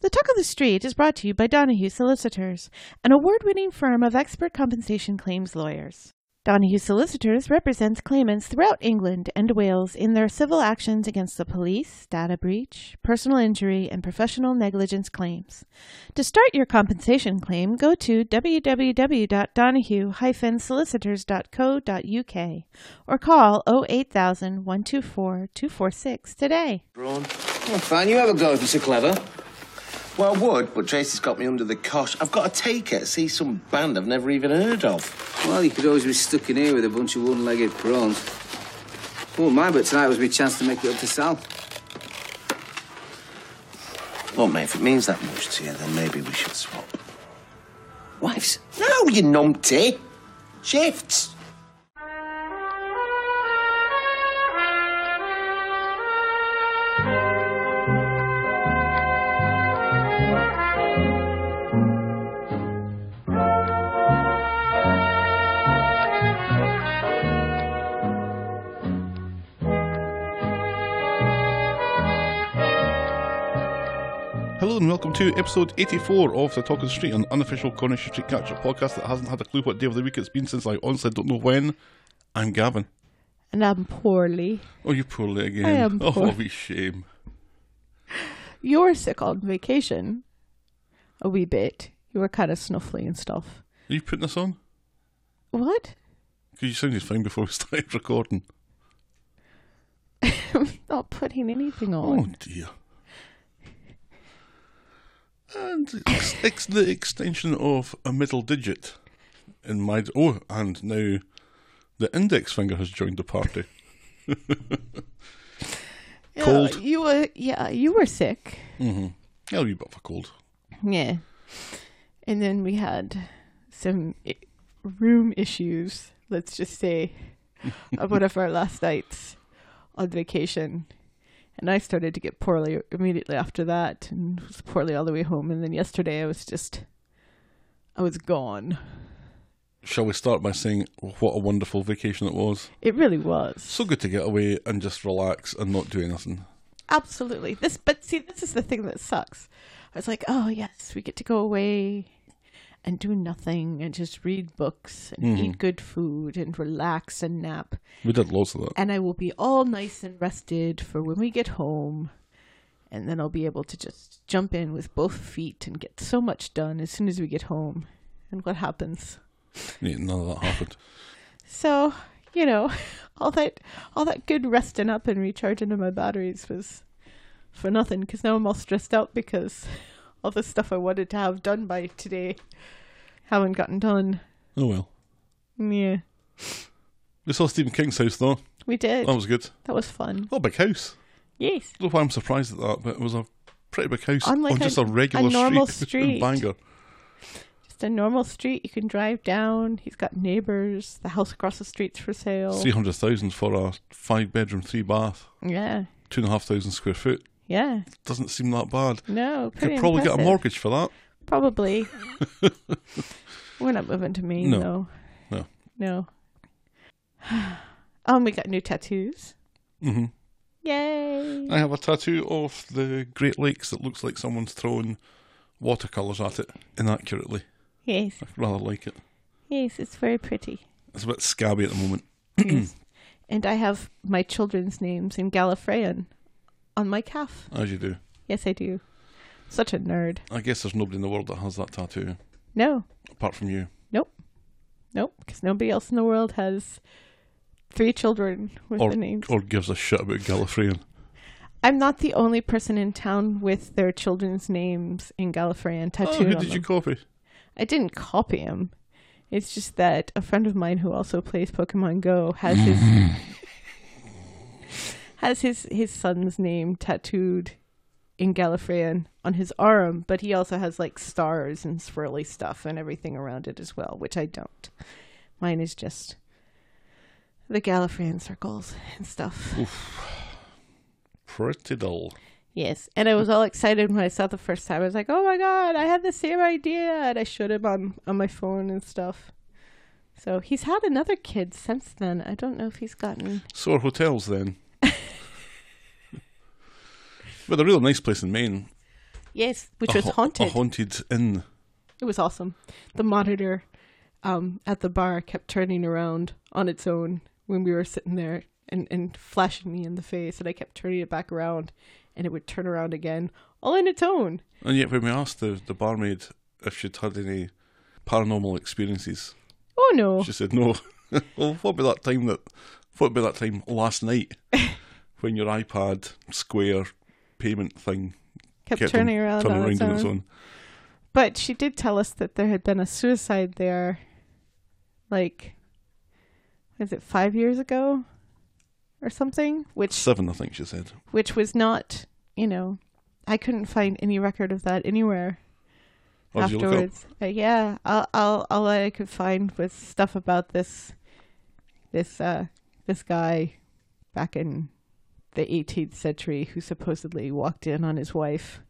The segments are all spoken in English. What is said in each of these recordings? The Talk of the Street is brought to you by Donahue Solicitors, an award winning firm of expert compensation claims lawyers. Donahue Solicitors represents claimants throughout England and Wales in their civil actions against the police, data breach, personal injury, and professional negligence claims. To start your compensation claim, go to www.donahue-solicitors.co.uk or call 08000 124 246 today. Braun. Come on, fine, you have a go if you're so clever. Well, I would, but Tracy's got me under the cosh. I've got to take it, see some band I've never even heard of. Well, you could always be stuck in here with a bunch of one-legged prawns. Oh my, but tonight was my chance to make it up to Sal. Well, mate, if it means that much to you, then maybe we should swap. Wives? No, you numpty! Shifts! Hello and welcome to episode 84 of The Talk of the Street, an unofficial Cornish Street Catcher podcast that hasn't had a clue what day of the week it's been since I honestly don't know when. I'm Gavin. And I'm poorly. Oh, you poorly again. I am Oh, poor. we shame. You're sick on vacation. A wee bit. You were kind of snuffly and stuff. Are you putting this on? What? Because you sounded fine before we started recording. I'm not putting anything Oh on. dear. And it's, it's the extension of a middle digit in my. Oh, and now the index finger has joined the party. Yeah, cold. You were yeah, you were sick. Yeah, a wee Mm-hmm. bit of a cold. Yeah. And then we had some i- room issues, let's just say, of one of our last nights on vacation. And I started to get poorly immediately after that and was poorly all the way home. And then yesterday I was just, I was gone. Shall we start by saying what a wonderful vacation it was? It really was. So good to get away and just relax and not do anything. Absolutely. This but see this is the thing that sucks. I was like, "Oh, yes, we get to go away and do nothing and just read books and eat good food and relax and nap We did lots of that. and I will be all nice and rested for when we get home." And then I'll be able to just jump in with both feet and get so much done as soon as we get home. And what happens? Yeah, none of that happened. So, you know, all that all that good resting up and recharging of my batteries was for nothing because now I'm all stressed out because all the stuff I wanted to have done by today haven't gotten done. Oh well. Yeah, We saw Stephen King's house though. we did. That was good. that was fun. What a big house. Yes. don't know why I'm surprised at that, but it was a pretty big house Unlike on just a- a regular a normal in street. Bangor. Just a normal street you can drive down. He's got neighbors. The house across the street's for sale. Three hundred thousand for a five bedroom, three bath, Yeah. two and a half thousand square foot. Yeah. Doesn't seem that bad. No, Could pretty probably get a impressive. mortgage for that. Probably. We're not moving to Maine, No. though. No. No. um, we got new tattoos. hmm Yay! I have a tattoo of the Great Lakes that looks like someone's thrown watercolours at it inaccurately. Yes, I rather like it. yes, it's very pretty. It's a bit scabby at the moment. Yes. and I have my children's names in Gallifreyan on my calf. As you do. Yes, I do. Such a nerd. I guess there's nobody in the world that has that tattoo, No, apart from you. nope, because nobody else in the world has three children with Or, the names. or gives a shit about Gallifreyan. I'm not the only person in town with their children's names in Gallifreyan Oh, tattooed who on did them. you copy? I didn't copy him. It's just that a friend of mine who also plays Pokemon Go has his has his his son's name tattooed in Gallifreyan on his arm, but he also has like stars and swirly stuff and everything around it as well, which I don't. Mine is just the Gallifreyan circles and stuff. Pretty dull. Yes, and I was all excited when I saw it the first time. I was like, "Oh my god, I had the same idea!" And I showed him on on my phone and stuff. So he's had another kid since then. I don't know if he's gotten. So are hotels then. but a really nice place in Maine. Yes, which was ha- haunted. A haunted inn. It was awesome. The monitor um, at the bar kept turning around on its own when we were sitting there and, and flashing me in the face, and I kept turning it back around, and it would turn around again, all on its own. And yet, when we asked the, the barmaid if she'd had any paranormal experiences, Oh no! she said no. well, what about that time that? What about that time last night when your iPad Square payment thing kept, kept on turning around turning on around its, on own. its own? But she did tell us that there had been a suicide there, like, was it five years ago, or something? Which Seven, I think she said. which was not, you know, I couldn't find any record of that anywhere. Or did you look it up? afterwards. Uh, yeah, all, all all I could find was stuff about this this uh this guy back in the 18th century who supposedly walked in on his wife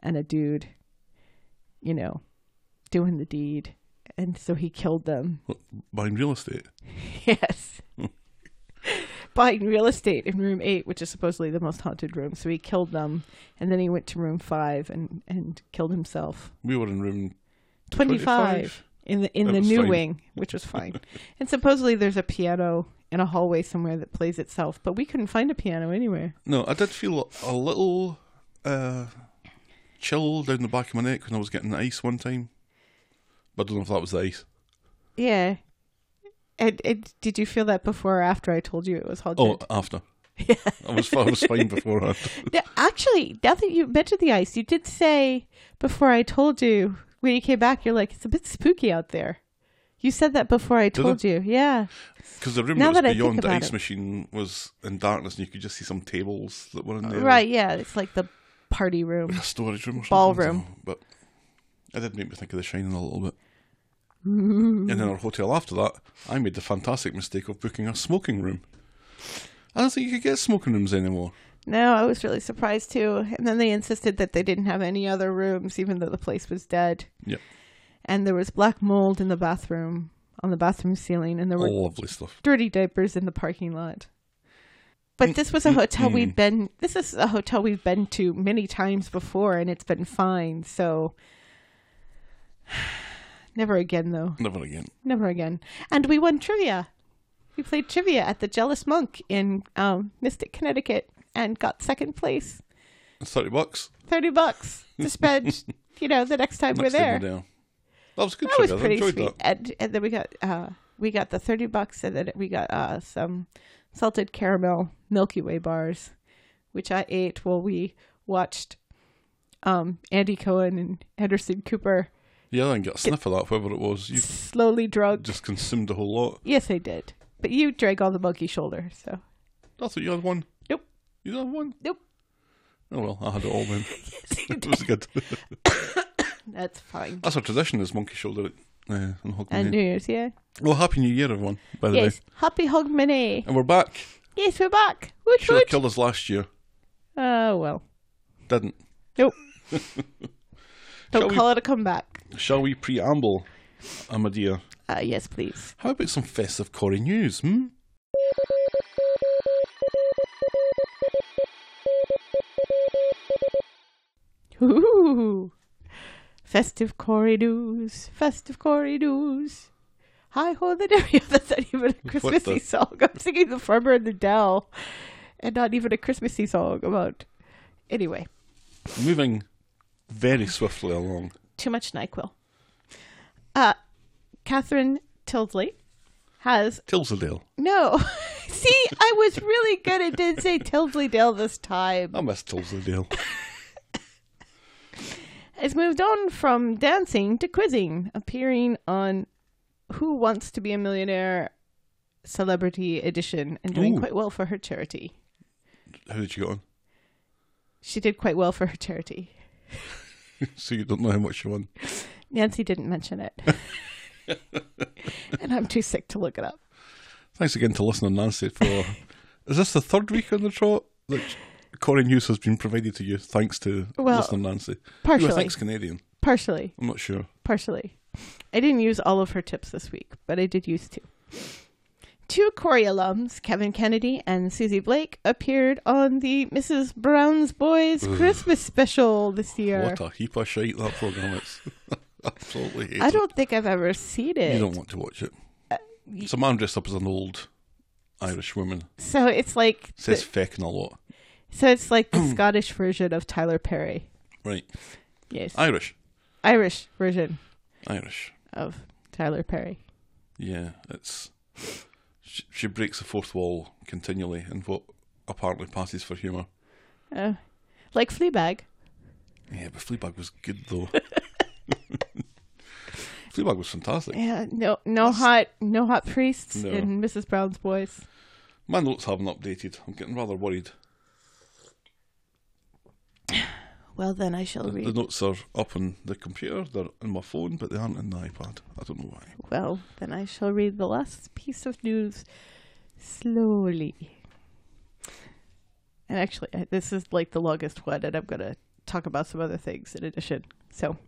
and a dude, you know, doing the deed, and so he killed them. What, buying real estate. Yes. Buying real estate in room eight, which is supposedly the most haunted room. So he killed them, and then he went to room five and, and killed himself. We were in room 25, 25. in the in That the was new fine. wing, which was fine. and supposedly there's a piano in a hallway somewhere that plays itself, but we couldn't find a piano anywhere. No, I did feel a little uh, chill down the back of my neck when I was getting the ice one time. But I don't know if that was the ice. Yeah. And, and did you feel that before or after I told you it was haunted? Oh, after. I was I was fine beforehand. No, actually, now that you mentioned the ice, you did say before I told you when you came back, you're like, it's a bit spooky out there. You said that before I I? told you. Yeah. Because the room Now that was that I think beyond the about ice it. machine was in darkness, and you could just see some tables that were in there, Right. Yeah. It's like the party room. Like a storage room or something. Ballroom. I don't know, But it did make me think of The Shining a little bit. And in our hotel after that, I made the fantastic mistake of booking a smoking room. I don't think you could get smoking rooms anymore. No, I was really surprised too. And then they insisted that they didn't have any other rooms, even though the place was dead. Yep. And there was black mold in the bathroom, on the bathroom ceiling, and there were Lovely stuff. dirty diapers in the parking lot. But Mm, this was a hotel we've been this is a hotel we've been to many times before and it's been fine, so never again though. Never again. Never again. And we won trivia. We played trivia at the Jealous Monk in um, Mystic, Connecticut and got second place. It's 30 bucks. Thirty bucks to spend, you know, the next time Next we're time there. down. That was a good That trip. was I pretty enjoyed sweet. that. And and then we got uh we got the thirty bucks and then we got uh some salted caramel Milky Way bars, which I ate while we watched um Andy Cohen and Anderson Cooper Yeah, I didn't get a sniff of that, whatever it was. You slowly drunk. just consumed a whole lot. Yes I did. But you drank all the monkey shoulder, so I thought you had one. nope, You had one? nope. Oh, well, I had it all then. it was good. That's fine. That's our tradition, is monkey shoulder at, uh, in And Hogmanay. New Year's, yeah. well, Happy New Year, everyone, by the way. Yes. Happy Hogmanay. And we're back. Yes, we're back. Woot Should have woot. killed us last year. Oh well. Didn't. Nope. Shall Don't we- call it a comeback. Shall we preamble, Amadea? Uh, yes, please. How about some festive Corrie news, hmm? Ooh. Festive Cory news. Festive Cory news. Hi ho the day. That's not even a Christmassy the- song. I'm singing The Farmer and the Dell and not even a Christmassy song about. Anyway, Moving very swiftly along. too much NyQuil. Uh, Catherine Tilsley has Tilsedale. No. See, I was really good at didn't say Tilsley Dale this time. I miss Tilsedale. Has moved on from dancing to quizzing, appearing on Who Wants to Be a Millionaire Celebrity Edition and doing Ooh. quite well for her charity. How did you get on? She did quite well for her charity. so you don't know how much you won. Nancy didn't mention it. and I'm too sick to look it up. Thanks again to listener Nancy for. is this the third week on the trot that Corey News has been provided to you? Thanks to Well, listener Nancy. partially. Who I think's Canadian. Partially. I'm not sure. Partially. I didn't use all of her tips this week, but I did use two. Two Corey alums, Kevin Kennedy and Susie Blake, appeared on the Mrs. Brown's Boys Christmas special this year. What a heap of shite that program is. Absolutely hate I don't think I've ever seen it. it. Uh, You don't want to watch it. It's a man dressed up as an old Irish woman. So it's like Says the, feckin' a lot. so it's like the Scottish version of Tyler Perry. Right. Yes. Irish. Irish version Irish. of Tyler Perry. Yeah, it's. She, she breaks the fourth wall continually in what apparently passes for humour. Oh. Like Fleabag. Yeah, but Fleabag was good though. Fleabag was fantastic. Yeah, no no hot no hot priests No. in Mrs. Brown's Boys. My notes haven't updated. I'm getting rather worried. Well then I shall The read. notes are up on the computer, they're in my phone, but they aren't in the iPad. I don't know why. Well, then I shall read the last piece of news slowly. And actually, I- this is like the longest one, and I'm going to talk about some other things in addition. So,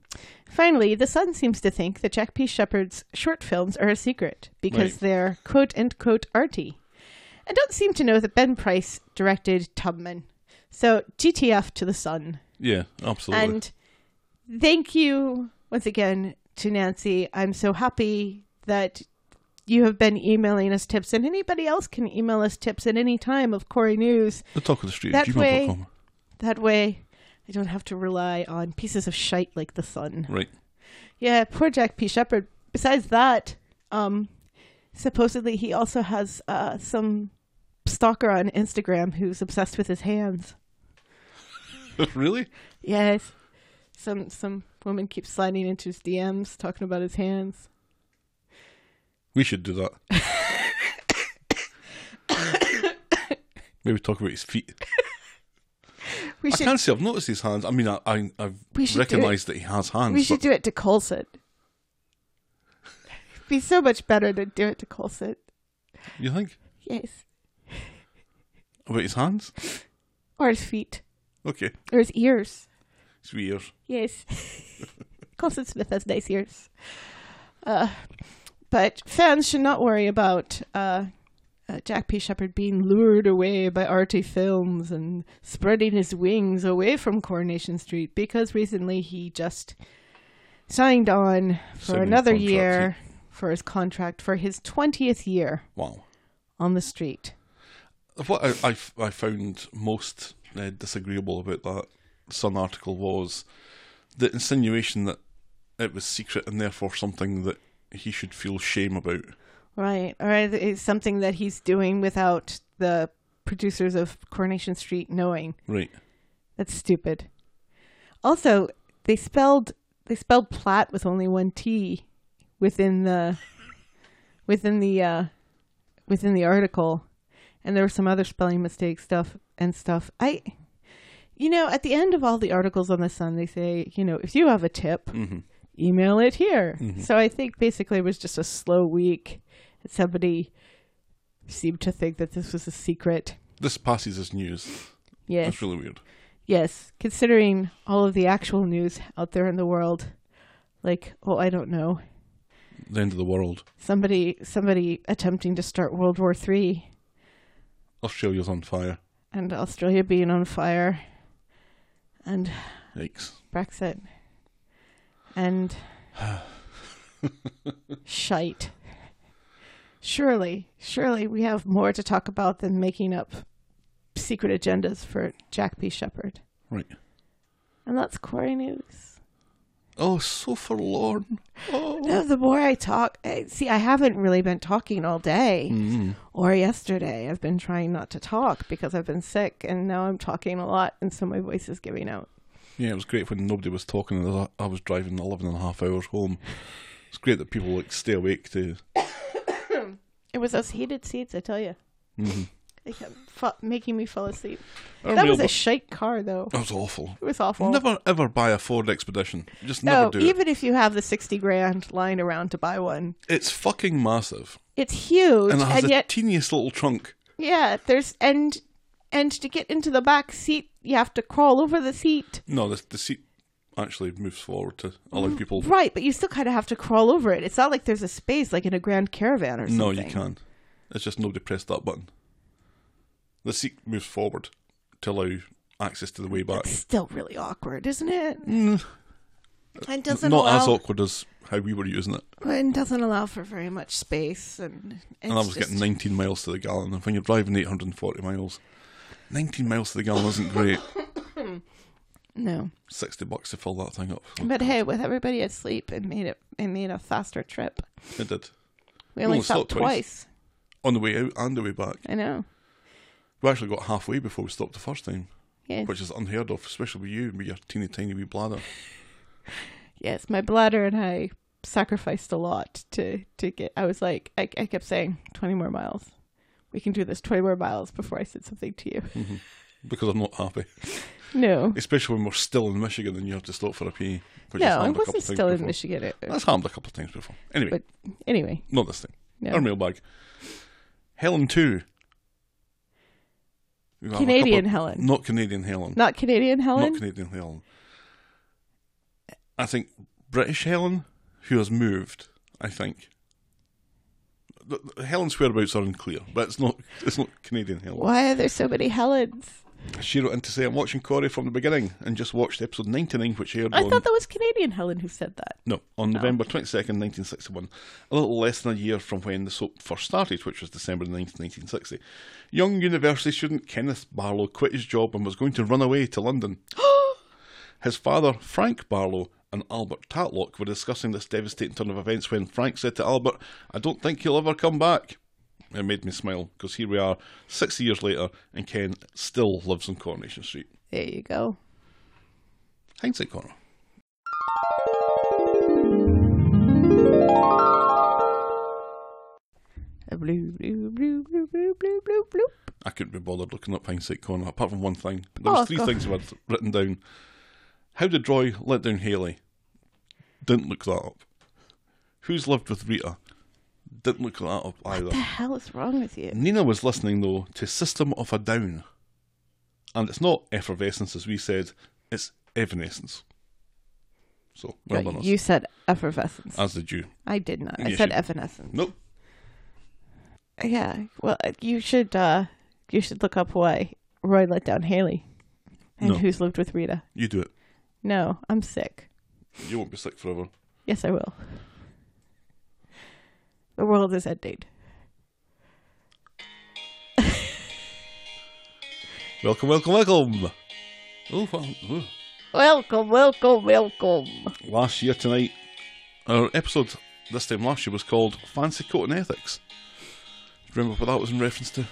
finally, The Sun seems to think that Jack P. Shepard's short films are a secret because Right. they're quote unquote arty. And don't seem to know that Ben Price directed Tubman. So, GTF to The Sun. Yeah, absolutely. And thank you once again to Nancy. I'm so happy that you have been emailing us tips, and anybody else can email us tips at any time of Corey News. the talk of the street that at way- gmail.com. That way, I don't have to rely on pieces of shite like the sun. Right. Yeah, poor Jack P. Shepard. Besides that, um, supposedly he also has uh, some stalker on Instagram who's obsessed with his hands. really? Yes. Some some woman keeps sliding into his DMs talking about his hands. We should do that. Maybe talk about his feet. We I should can't say I've noticed his hands. I mean, I, I, We I've should do it. recognised that he has hands. we should but do it to Colson. Be so much better to do it to Colson. You think? Yes. About his hands? Or his feet. Okay. Or his ears. It's weird. Yes. Colson Smith has nice ears. Uh, but fans should not worry about uh, uh, Jack P. Shepard being lured away by arty films and spreading his wings away from Coronation Street because recently he just signed on for Signed a another contract, year for his contract for his 20th year Wow. on the street. What I, I f- I found most uh, disagreeable about that Sun article was the insinuation that it was secret and therefore something that he should feel shame about. Right. Or is it's something that he's doing without the producers of Coronation Street knowing. Right. That's stupid. Also, they spelled they spelled plat with only one t within the within the uh within the article. And there were some other spelling mistake stuff and stuff. I you know, at the end of all the articles on the sun they say, you know, if you have a tip, email it here. So I think basically it was just a slow week and somebody seemed to think that this was a secret. This passes as news. Yes. That's really weird. Yes, considering all of the actual news out there in the world, like oh, I don't know, The end of the world. somebody somebody attempting to start World War Three Australia's on fire. and Australia being on fire, and Yikes. Brexit, and shite. Surely, surely we have more to talk about than making up secret agendas for Jack P. Shepard, Right. and that's Corey News. Oh, so forlorn. Oh. No, the more I talk, I- see, I haven't really been talking all day Mm-hmm. or yesterday. I've been trying not to talk because I've been sick, and now I'm talking a lot, and so my voice is giving out. Yeah, it was great when nobody was talking and I- I was driving 11 and a half hours home. It's great that people like stay awake to. It was those heated seats, I tell you. Mm-hmm. They kept fa- making me fall asleep. Our that was mailbo- a shite car, though. That was awful. It was awful. Never ever buy a Ford Expedition. Just never no, do. it. even if you have the sixty grand lying around to buy one, It's fucking massive, it's huge, and it has and the yet teeniest little trunk. yeah, there's and and to get into the back seat, you have to crawl over the seat. No, the, the seat actually moves forward to allow Mm. people. Right, but you still kind of have to crawl over it. It's not like there's a space like in a grand caravan or something. No, you can. It's just nobody pressed that button. The seat moves forward to allow access to the way back. Still really awkward, isn't it? And doesn't Mm. Not allow as awkward as how we were using it. and doesn't allow for very much space, and it's And I was just- getting 19 miles to the gallon. And when you're driving 840 miles, 19 miles to the gallon isn't great. no. 60 bucks to fill that thing up. But hey, with everybody asleep, it made it it made a faster trip. It did. We only only stopped stopped twice. On the way out and the way back. I know. We actually got halfway before we stopped the first time, Yeah. which is unheard of, especially with you with your teeny tiny wee bladder. Yes, my bladder and I sacrificed a lot to to get. I was like, I, I kept saying twenty more miles. We can do this twenty more miles before I said something to you. Mm. Because I'm not happy. No, Especially when we're still in Michigan and you have to stop for a pee. which has no, I happened a couple wasn't of times still in before. Michigan. It, That's happened a couple of times before. Anyway, but anyway, not this thing. no. Our mailbag. Helen 2. We have a Canadian couple Helen. Not Canadian Helen. not Canadian Helen. Not Canadian Helen. I think British Helen, who has moved, I think. The- the- Helen's whereabouts are unclear, but it's not it's not Canadian Helen. Why are there so many Helens? She wrote in to say, I'm watching Corey from the beginning and just watched episode 99, which aired I on. thought that was Canadian Helen who said that. No, on November 22nd, 1961, a little less than a year from when the soap first started, which was December 9th, 1960, young university student Kenneth Barlow quit his job and was going to run away to London. his father, Frank Barlow, and Albert Tatlock were discussing this devastating turn of events when Frank said to Albert, I don't think he'll ever come back. It made me smile, because here we are, 60 years later, and Ken still lives on Coronation Street. There you go. Hindsight corner. A blue, blue, blue, blue, blue, blue, blue, blue. I couldn't be bothered looking up hindsight corner, apart from one thing. There Oh, was three God. things I'd written down. How did Roy let down Haley? Didn't look that up. Who's lived with Rita? Didn't look that up either. What the hell is wrong with you? Nina was listening though to System of a Down, and it's not effervescence as we said; it's evanescence. So well done us. you said effervescence. As did you. I did not. I Yes, said you- evanescence. Nope. Yeah. Well, uh, you should uh you should look up why Roy let down Haley and No. who's lived with Rita. You do it. No, I'm sick. You won't be sick forever. Yes, I will. The world is ending. Welcome, welcome, welcome. Oh, wow. Oh. Welcome, welcome, welcome. last year tonight. Our episode this time last year was called Fancy Coat and Ethics. Do you remember what that was in reference to?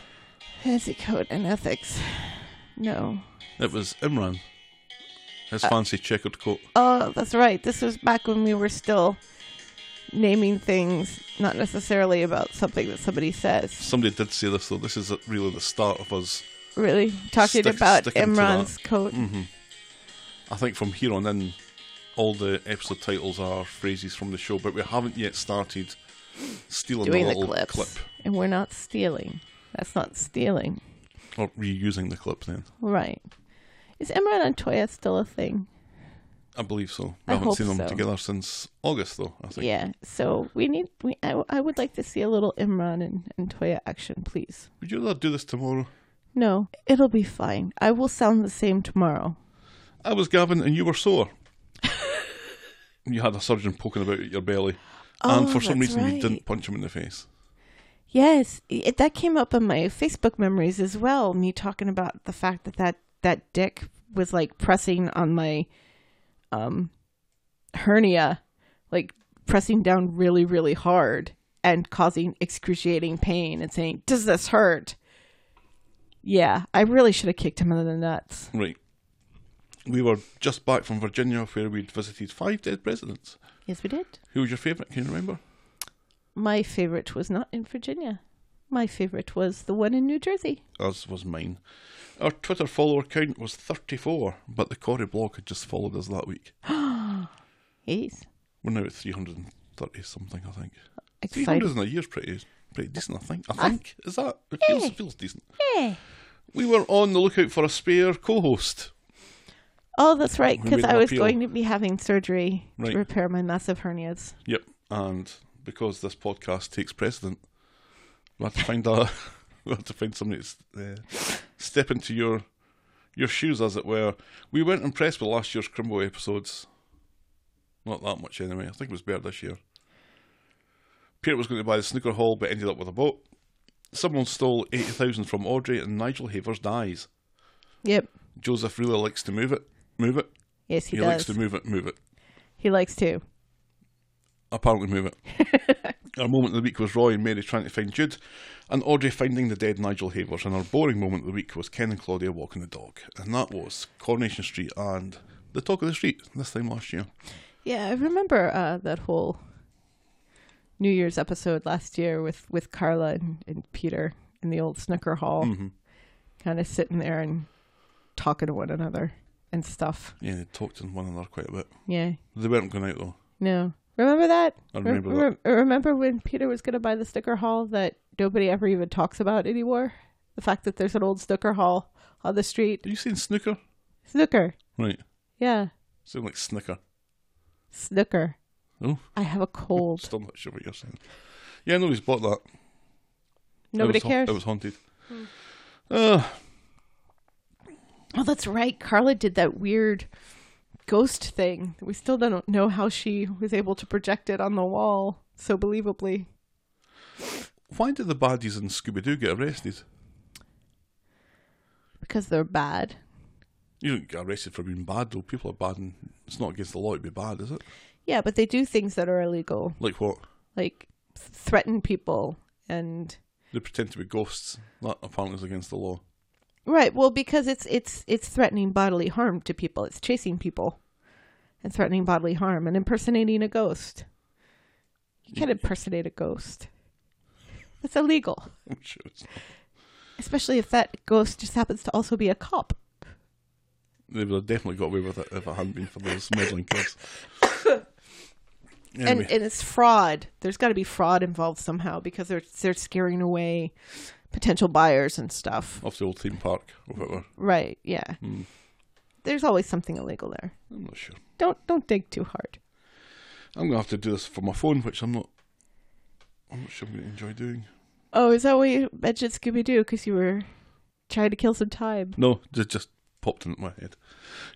Fancy code and ethics. No. It was Imran. His Uh, fancy checkered coat. Oh, that's right. This was back when we were still naming things, not necessarily about something that somebody says. Somebody did say this though. This is really the start of us. Really talking Stick- about sticking to that. Mm-hmm. Imran's coat. I think from here on in, all the episode titles are phrases from the show, but we haven't yet started stealing doing the the little clips, clip and we're not stealing. That's not stealing, or reusing the clip. Then right? Is Imran and Toya still a thing? I believe so. I We haven't hope seen them so. together since August though. I think. Yeah. So we need. We I, I would like to see a little Imran and, and Toya action, please. Would you rather do this tomorrow? No, it'll be fine. I will sound the same tomorrow. I was Gavin and you were sore. you had a surgeon poking about at your belly. and Oh, for some that's reason, you right. didn't punch him in the face. Yes, it, that came up in my Facebook memories as well. Me talking about the fact that that that dick was like pressing on my um hernia, like pressing down really really hard and causing excruciating pain and saying, "Does this hurt?" Yeah, I really should have kicked him in the nuts. Right. We were just back from Virginia where we'd visited five dead presidents. Yes, we did. Who was your favourite? Can you remember? My favorite was not in Virginia. My favorite was the one in New Jersey. As was mine. Our Twitter follower count was 34, but the Corey blog had just followed us that week. Yes. We're now at 330 something, I think. Excited. 300 in a year's pretty, pretty decent, I think. I think. Is that? It feels, feels decent. Yeah. We were on the lookout for a spare co host. Oh, that's right, We because made an I was appeal. going to be having surgery Right. to repair my massive hernias. Yep. And because this podcast takes precedent, We had to find a, we had to find somebody to uh, step into your, your shoes, as it were. We weren't impressed with last year's Crimbo episodes. Not that much anyway. I think it was better this year. Peter was going to buy the snooker hall, but ended up with a boat. Someone stole eighty thousand from Audrey, and Nigel Havers dies. Yep. Joseph really likes to move it, move it. Yes, he, He, does. likes to move it, move it. He likes to. Apparently, move it. Our moment of the week was Roy and Mary trying to find Jude, and Audrey finding the dead Nigel Havers. And our boring moment of the week was Ken and Claudia walking the dog, and that was Coronation Street and the talk of the street this time last year. Yeah, I remember uh, that whole New Year's episode last year with, with Carla and, and Peter in the old snooker hall, Mm-hmm. kind of sitting there and talking to one another and stuff. Yeah, they talked to one another quite a bit. Yeah, They weren't going out though. no. Remember that? I remember Re- re- remember when Peter was going to buy the snooker hall that nobody ever even talks about anymore? The fact that there's an old snooker hall on the street. Are you saying snooker? Snooker. Right, Yeah, sound like snicker. snooker. Oh, I have a cold. still not sure what you're saying. Yeah, nobody's bought that. Nobody it was, ha- cares. Hmm. It was haunted. Uh, Oh, that's right. Carla did that weird ghost thing. We still don't know how she was able to project it on the wall so believably. why did the baddies in Scooby Doo get arrested? Because they're bad. You don't get arrested for being bad, though. People are bad, and it's not against the law to be bad, is it? Yeah, but they do things that are illegal, Like what? like th- threaten people and They pretend to be ghosts. That apparently is against the law. right. Well, because it's it's it's threatening bodily harm to people. It's chasing people and threatening bodily harm and impersonating a ghost. You can't impersonate a ghost. That's illegal. I'm sure it's not. Especially if that ghost just happens to also be a cop. They would have definitely got away with it if it hadn't been for those meddling kids. Anyway, and, and it's fraud. There's got to be fraud involved somehow because they're they're scaring away potential buyers and stuff. off the old theme park or whatever. Right? Yeah. There's always something illegal there. I'm not sure. Don't don't dig too hard. I'm going to have to do this for my phone, which I'm not. I'm not sure I'm going to enjoy doing. Oh, is that why you mentioned Scooby Doo? Because you were trying to kill some time. No, it just popped into my head.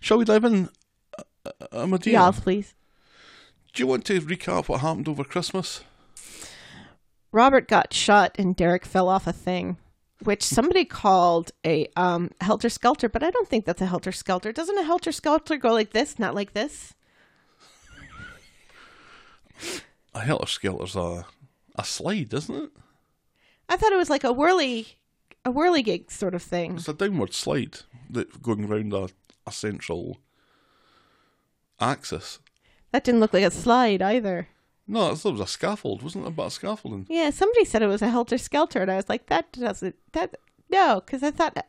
Shall we dive in? Uh, I'm a dear. Yeah, please. Do you want to recap what happened over Christmas? Robert got shot and Derek fell off a thing, which somebody called a um, helter skelter, but I don't think that's a helter skelter. Doesn't a helter skelter go like this, not like this? A helter skelter's a a slide, isn't it? I thought it was like a whirly, a whirligig sort of thing. It's a downward slide that going round a, a central axis. That didn't look like a slide either. No, I thought it was a scaffold, wasn't it? About scaffolding. Yeah, somebody said it was a helter skelter, and I was like, that doesn't that no, because I thought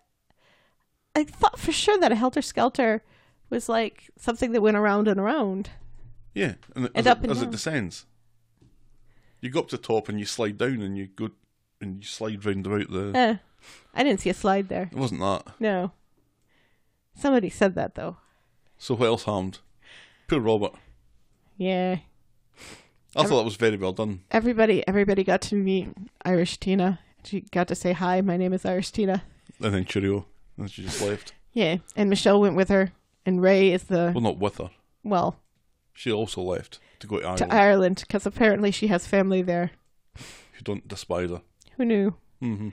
I thought for sure that a helter skelter was like something that went around and around. Yeah, and, as, up it, and as it down. descends, you go up to the top and you slide down and you go and you slide round about the. Eh, I didn't see a slide there. It wasn't that. No, somebody said that though. So what else harmed? Poor Robert. Yeah, I thought that was very well done. everybody everybody got to meet Irish Tina. She got to say hi. My name is Irish Tina. And then cheerio, and she just left. Yeah, and Michelle went with her, and Ray is the Well, not with her. well She also left to go to Ireland. to Ireland because apparently she has family there. you don't despise her. Who knew? Mm-hmm.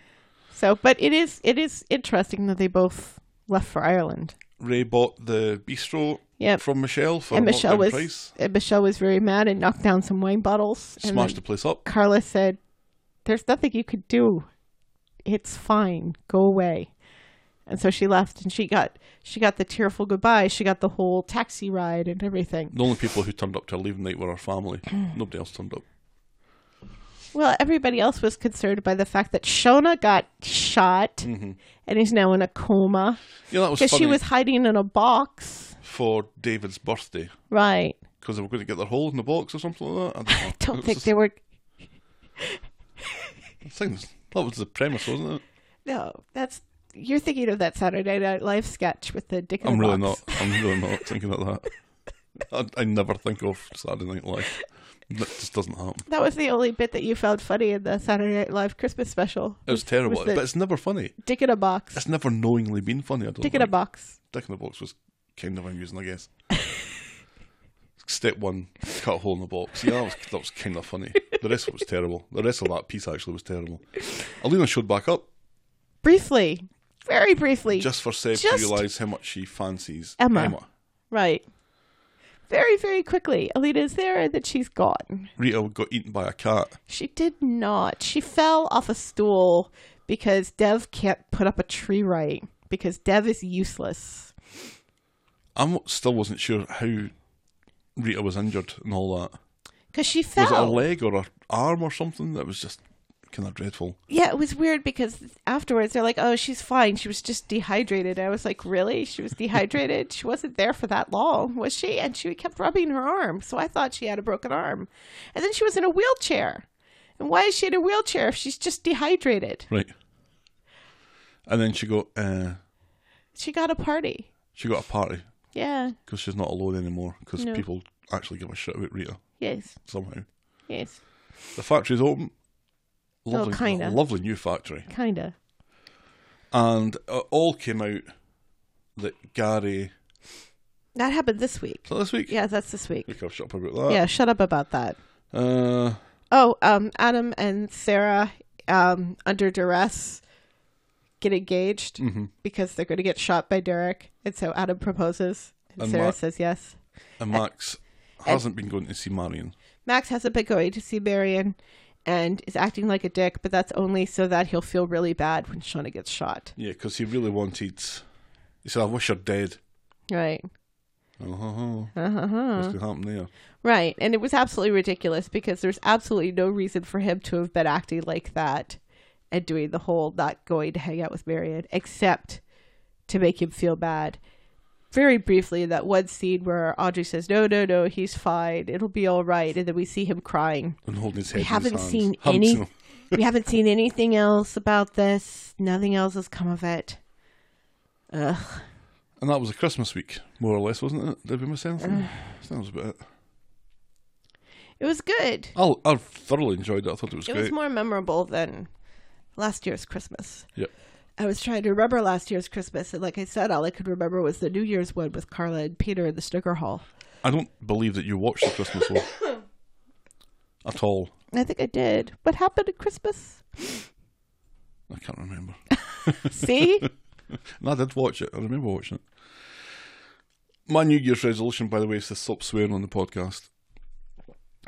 So, but it is it is interesting that they both left for Ireland. Ray bought the bistro Yep. from Michelle for and Michelle lockdown was price. and Michelle was very mad and knocked down some wine bottles. And Smashed the then place up. Carla said, "There's nothing you could do. It's fine. Go away." And so she left, and she got she got the tearful goodbye. She got the whole taxi ride and everything. The only people who turned up to a leave night were her family. Nobody else turned up. Well, everybody else was concerned by the fact that Shona got shot and is now in a coma Yeah, that was because Mm-hmm. funny she was hiding in a box. for David's birthday Right. because they were going to get their hole in the box or something like that. I I don't It think was they were. the thing. That was the premise, wasn't it? No, that's you're thinking of that Saturday Night Live sketch with the dick. in I'm the really box. not. I'm really not thinking of that. I, I never think of Saturday Night Live. That just doesn't happen. That was the only bit that you found funny in the Saturday Night Live Christmas special. It was terrible, was the- but it's never funny. Dick in a box. It's never knowingly been funny. I don't Dick in a think. box. Dick in a box was kind of amusing, I guess. Step one, cut a hole in the box. Yeah, that was, that was kind of funny. The rest of it was terrible. The rest of that piece actually was terrible. Alina showed back up Briefly. Very briefly. just for Seb Just- to realise how much she fancies Emma. Right. Very, very quickly. Alita's there and then she's gone. Rita got eaten by a cat. She did not. She fell off a stool because Dev can't put up a tree right because Dev is useless. I still wasn't sure how Rita was injured and all that. Because she Was it her fell. leg or her arm or something? That was just kind of dreadful. yeah, it was weird because afterwards they're like, oh, she's fine. She was just dehydrated. And I was like, really? She was dehydrated? she wasn't there for that long, was she? And she kept rubbing her arm. So I thought she had a broken arm. And then she was in a wheelchair. And why is she in a wheelchair if she's just dehydrated? Right. And then she got uh, She got a party. she got a party Yeah. because she's not alone anymore because No. people actually give a shit about Rita Yes. somehow. Yes. The factory's open. Lovely, Oh, kinda. lovely new factory. Kinda. And it all came out that Gary. That happened this week. So this week? Yeah, that's this week. We could have shut up about that. Yeah, shut up about that. Uh, Oh, um, Adam and Sarah, um, under duress, get engaged because they're going to get shot by Derek, and so Adam proposes, and, And Sarah Mark- says yes. Uh, and Max hasn't been going to see Marion. Max hasn't been going to see Marion, and is acting like a dick, but that's only so that he'll feel really bad when Shauna gets shot. Yeah, because he really wanted. He said, I wish you're dead. Right. Uh-huh. What's going to happen there? Right. And it was absolutely ridiculous because there's absolutely no reason for him to have been acting like that and doing the whole not going to hang out with Marion except to make him feel bad. Very briefly, that one scene where Audrey says, No, no, no, he's fine. It'll be all right. And then we see him crying. And holding his head We in his haven't hands. seen Haven't any. seen him. we haven't seen anything else about this. Nothing else has come of it. Ugh. And that was a Christmas week, more or less, wasn't it? Did we miss anything? Uh. that was about it. It was good. I, I thoroughly enjoyed it. I thought it was It great. was more memorable than last year's Christmas. Yep. I was trying to remember last year's Christmas, and like I said, all I could remember was the New Year's one with Carla and Peter in the snooker hall. I don't believe that you watched the Christmas one at all. I think I did. What happened at Christmas? I can't remember. See? And I did watch it. I remember watching it. My New Year's resolution, by the way, is to stop swearing on the podcast.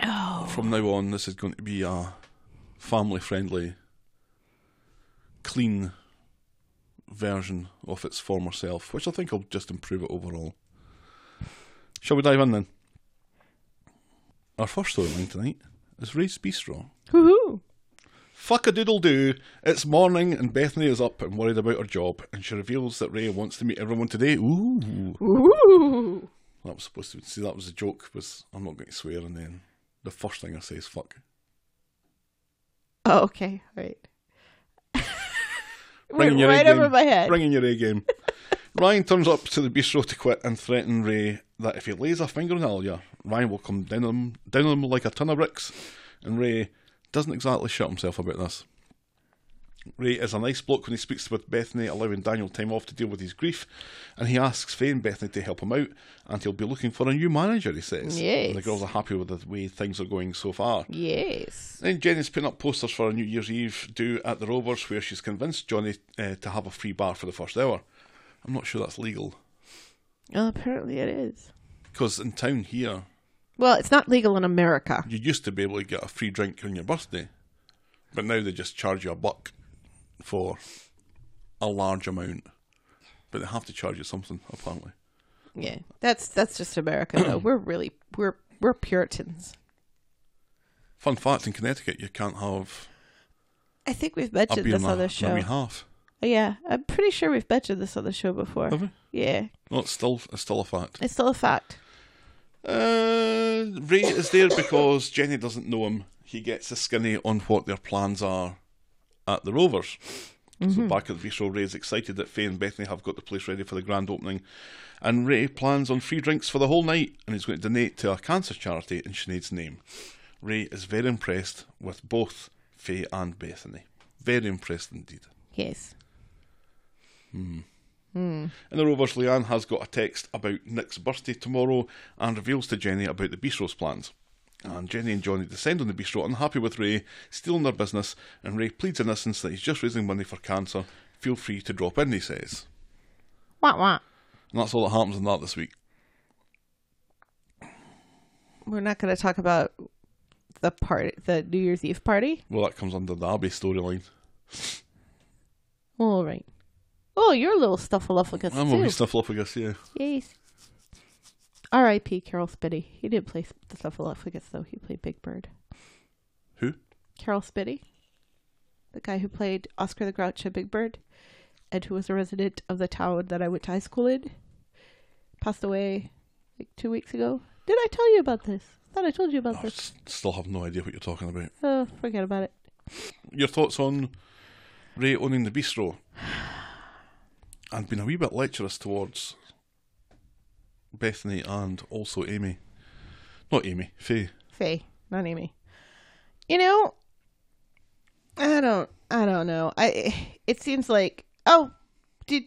Oh. From now on, this is going to be a family friendly, clean version of its former self, which I think will just improve it overall. Shall we dive in then? Our first storyline tonight is Ray's Bistro. Woohoo! Fuck a doodle doo. It's morning and Bethany is up and worried about her job, and she reveals that Ray wants to meet everyone today. Ooh, Ooh! that was supposed to see that was a joke. Was I'm not going to swear, and then the first thing I say is fuck. Oh, okay, all right. Bringing Went right A over game. my head. Bringing your A game. Ryan turns up to the bistro to quit and threaten Ray that if he lays a finger on Alia, Ryan will come down on him, down on him like a ton of bricks. And Ray doesn't exactly shut himself about this. Ray is a nice bloke when he speaks with Bethany, allowing Daniel time off to deal with his grief, and he asks Faye and Bethany to help him out, and he'll be looking for a new manager, he says. And the Yes. girls are happy with the way things are going so far. yes. Then Jenny's putting up posters for a New Year's Eve do at the Rovers, where she's convinced Johnny uh, to have a free bar for the first hour. I'm not sure that's legal Well, apparently it is. because in town here, Well, it's not legal in America. you used to be able to get a free drink on your birthday, but now they just charge you a buck for a large amount. But they have to charge you something apparently. Yeah, that's that's just America. though. We're really we're we're Puritans. Fun fact: in Connecticut, you can't have I think we've a mentioned beer this and a, on the and a show. wee half. Yeah, I'm pretty sure we've mentioned this on the show before. Have we? Yeah, No, it's still it's still a fact. it's still a fact. Uh, Ray is there because Jenny doesn't know him. He gets a skinny on what their plans are at the Rovers. So back at the bistro, Ray is excited that Faye and Bethany have got the place ready for the grand opening, and Ray plans on free drinks for the whole night, and he's going to donate to a cancer charity in Sinead's name. Ray is very impressed with both Faye and Bethany. Very impressed indeed. Yes. In the Rovers, Leanne has got a text about Nick's birthday tomorrow and reveals to Jenny about the bistro's plans. And Jenny and Johnny descend on the bistro, unhappy with Ray, stealing their business, and Ray pleads in innocence that he's just raising money for cancer. Feel free to drop in, he says. What what? And that's all that happens in that this week. We're not going to talk about the part, the New Year's Eve party. Well, that comes under the Abbey storyline. All right. Oh, you're a little stuffaluffagus I'm a too. wee snuffleupagus, yeah. yes. R.I.P. Carol Spitty. He didn't play the stuffaluffagus though. He played Big Bird. Who? Carol Spitty, the guy who played Oscar the Grouch in Big Bird, and who was a resident of the town that I went to high school in, passed away like two weeks ago. Did I tell you about this? I thought I told you about I this. s- still have no idea what you're talking about. Oh, forget about it. Your thoughts on Ray owning the bistro and being a wee bit lecherous towards Bethany and also Amy. Not Amy, Faye. Faye, not Amy. You know, I don't, I don't know. I it seems like oh, did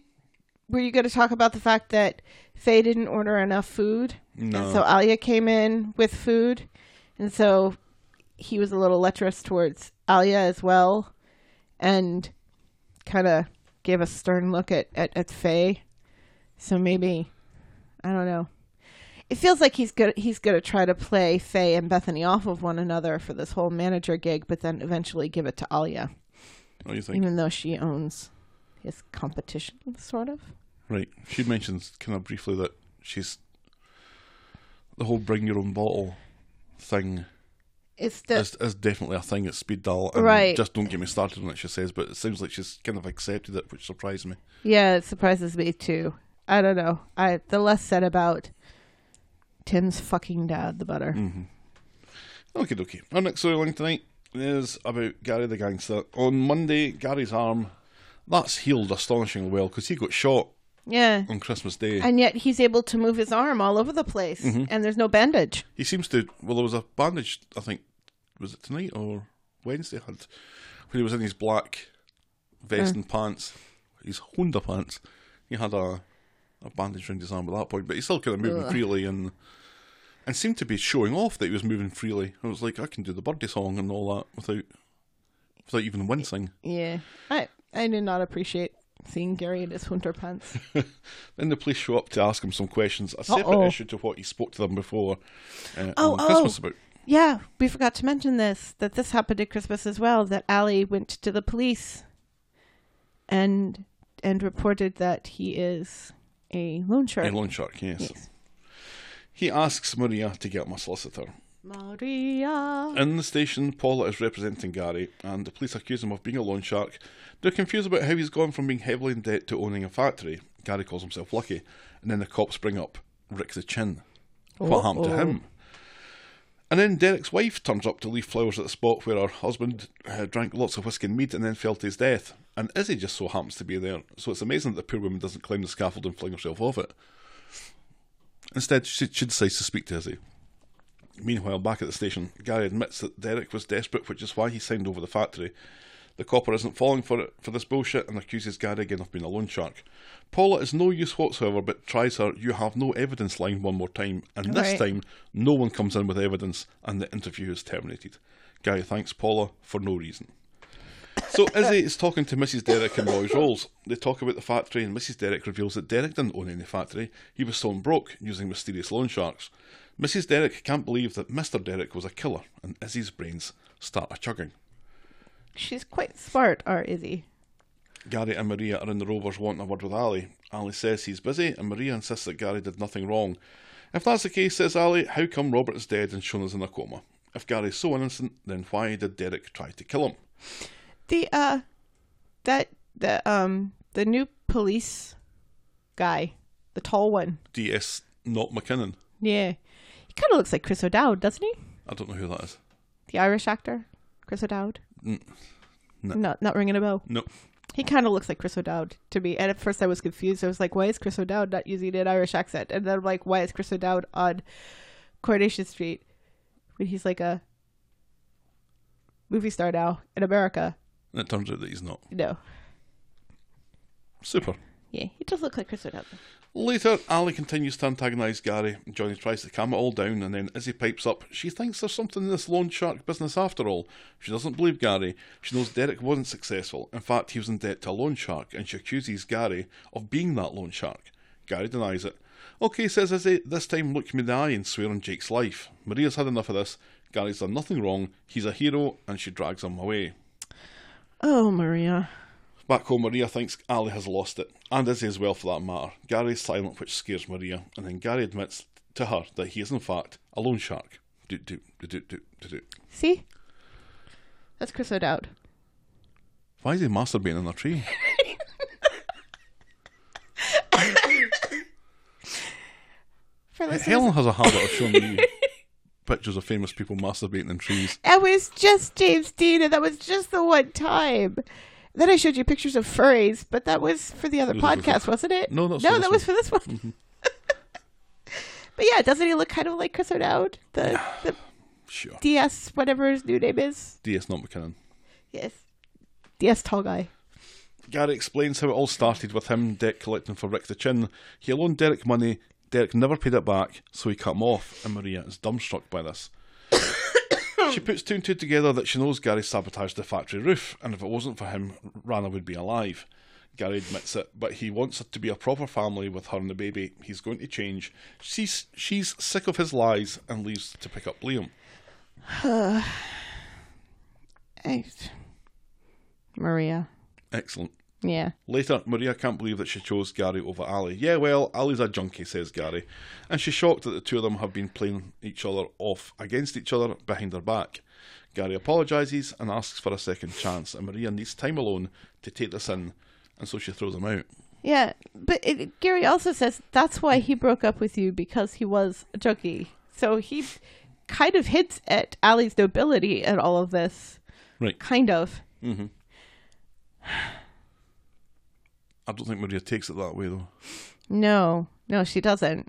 were you going to talk about the fact that Faye didn't order enough food, No. and so Alia came in with food, and so he was a little lecherous towards Alia as well, and kind of gave a stern look at at, at Faye. So maybe, I don't know it feels like he's gonna he's gonna try to play Faye and Bethany off of one another for this whole manager gig, but then eventually give it to Alia, What do you think? even though she owns his competition, sort of. Right. She mentions kind of briefly that she's the whole bring your own bottle thing It's the is, is definitely a thing at Speed Dial. And Uh, Right. Just don't get me started on it, she says, but it seems like she's kind of accepted it, which surprised me. yeah, it surprises me too. I don't know. I the less said about Tim's fucking dad, the better. Okay, okay. Our next storyline tonight is about Gary the gangster. On Monday, Gary's arm that's healed astonishingly well because he got shot Yeah, on Christmas Day. and yet he's able to move his arm all over the place, and there's no bandage. he seems to. Well, there was a bandage. I think was it tonight or Wednesday? Had when he was in his black vest and pants, his Honda pants. He had a a bandage around his arm at that point, but he still kind of moving freely and and seemed to be showing off that he was moving freely. I was like, I can do the birdie song and all that without without even wincing. Yeah, I I did not appreciate seeing Gary in his winter pants. Then the police show up to ask him some questions, a separate Uh-oh. issue to what he spoke to them before uh, Oh, on oh. Christmas about. Yeah, we forgot to mention this that this happened at Christmas as well. That Allie went to the police and and reported that he is a loan shark. A loan shark, yes. Yes. He asks Maria to get my solicitor. Maria. In the station, Paula is representing Gary, and the police accuse him of being a loan shark. They're confused about how he's gone from being heavily in debt to owning a factory. Gary calls himself lucky, and then the cops bring up Rick the Chin. What happened to Uh-oh. him? And then Derek's wife turns up to leave flowers at the spot where her husband uh, drank lots of whiskey and mead and then fell to his death. And Izzy just so happens to be there, so it's amazing that the poor woman doesn't climb the scaffold and fling herself off it. Instead, she, she decides to speak to Izzy. Meanwhile, back at the station, Gary admits that Derek was desperate, which is why he signed over the factory. The copper isn't falling for it for this bullshit and accuses Gary again of being a loan shark. Paula is no use whatsoever, but tries her "you have no evidence" line one more time, and Right. this time no one comes in with evidence, and the interview is terminated. Gary thanks Paula for no reason. So Izzy is talking to Mrs. Derek and Roy's Rolls. They talk about the factory, and Mrs. Derek reveals that Derek didn't own any factory. He was sold broke using mysterious loan sharks. Mrs. Derek can't believe that Mr. Derek was a killer, and Izzy's brains start a chugging. She's quite smart, our Izzy. Gary and Maria are in the Rovers wanting a word with Ali. Ali says he's busy, and Maria insists that Gary did nothing wrong. If that's the case, says Ali, how come Robert is dead and Shona's in a coma? If Gary's so innocent, then why did Derek try to kill him? The uh that the um the new police guy, the tall one. D.S. Not McKinnon. Yeah. He kind of looks like Chris O'Dowd, doesn't he? I don't know who that is. The Irish actor, Chris O'Dowd. Mm. no. Not not ringing a bell. Nope. He kind of looks like Chris O'Dowd to me. And at first I was confused. I was like, why is Chris O'Dowd not using an Irish accent? And then I'm like, why is Chris O'Dowd on Coronation Street when he's like a movie star now in America. And it turns out that he's not. No. Super. Yeah, he does look like Chris O'Donnell. Later, Ali continues to antagonise Gary. Johnny tries to calm it all down, and then as he pipes up, she thinks there's something in this loan shark business after all. She doesn't believe Gary. She knows Derek wasn't successful. In fact, he was in debt to a loan shark, and she accuses Gary of being that loan shark. Gary denies it. Okay, says Izzy, this time look me in the eye and swear on Jake's life. Maria's had enough of this. Gary's done nothing wrong. He's a hero, and she drags him away. Oh, Maria. Back home, Maria thinks Ali has lost it, and Izzy as well for that matter. Gary's silent, which scares Maria, and then Gary admits to her that he is, in fact, a loan shark. Doot, doot, doot, doot, doot, doot, doot. See? That's Chris O'Dowd. Why is he masturbating in a tree? For listeners, Helen has a habit of showing me pictures of famous people masturbating in trees. it was just James Dean, and that was just the one time. Then I showed you pictures of furries, but that was for the other No, that was- podcast, wasn't it? No, that was no, for this that Mm-hmm. was for this one. but yeah, doesn't he look kind of like Chris O'Dowd, the the Sure. DS whatever his new name is? D.S. Not McKinnon. Yes, DS tall guy. Gary explains how it all started with him, Derek collecting for Rick the Chin. He loaned Derek money, Derek never paid it back, so he cut him off, and Maria is dumbstruck by this. she puts two and two together that she knows Gary sabotaged the factory roof, and if it wasn't for him, Rana would be alive. Gary admits it, but he wants her to be a proper family with her and the baby. He's going to change. She's, she's sick of his lies and leaves to pick up Liam. I- Maria. Excellent. Yeah. Later, Maria can't believe that she chose Gary over Ali. Yeah, well, Ali's a junkie, says Gary. And she's shocked that the two of them have been playing each other off against each other behind their back. Gary apologises and asks for a second chance, and Maria needs time alone to take this in, and so she throws him out. Yeah, but it, Gary also says that's why he broke up with you because he was a junkie. So he kind of hints at Ali's nobility and all of this. Right. Kind of. I don't think Maria takes it that way, though. No, no, she doesn't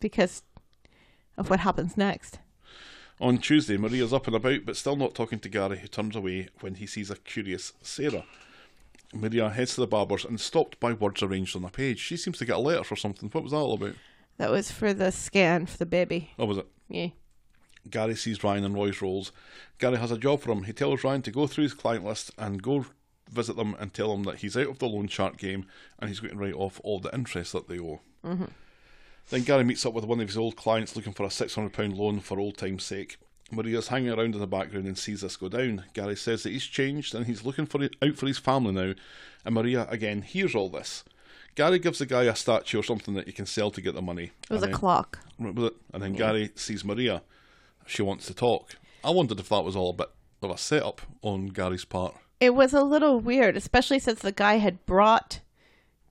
because of what happens next. On Tuesday, Maria's up and about, but still not talking to Gary, who turns away when he sees a curious Sarah. Maria heads to the barber's and is stopped by words arranged on a page. She seems to get a letter for something. What was that all about? That was for the scan for the baby. What was it? Yeah. Gary sees Ryan and Roy's roles. Gary has a job for him. He tells Ryan to go through his client list and go visit them and tell them that he's out of the loan shark game and he's going to write off all the interest that they owe. Mm-hmm. Then Gary meets up with one of his old clients looking for a £600 loan for old time's sake. Maria's hanging around in the background and sees this go down. Gary says that he's changed and he's looking for out for his family now, and Maria again hears all this. Gary gives the guy a statue or something that he can sell to get the money. It was and a then- clock. Right with it. And then Gary sees Maria. She wants to talk. I wondered if that was all a bit of a setup on Gary's part. It was a little weird, especially since the guy had brought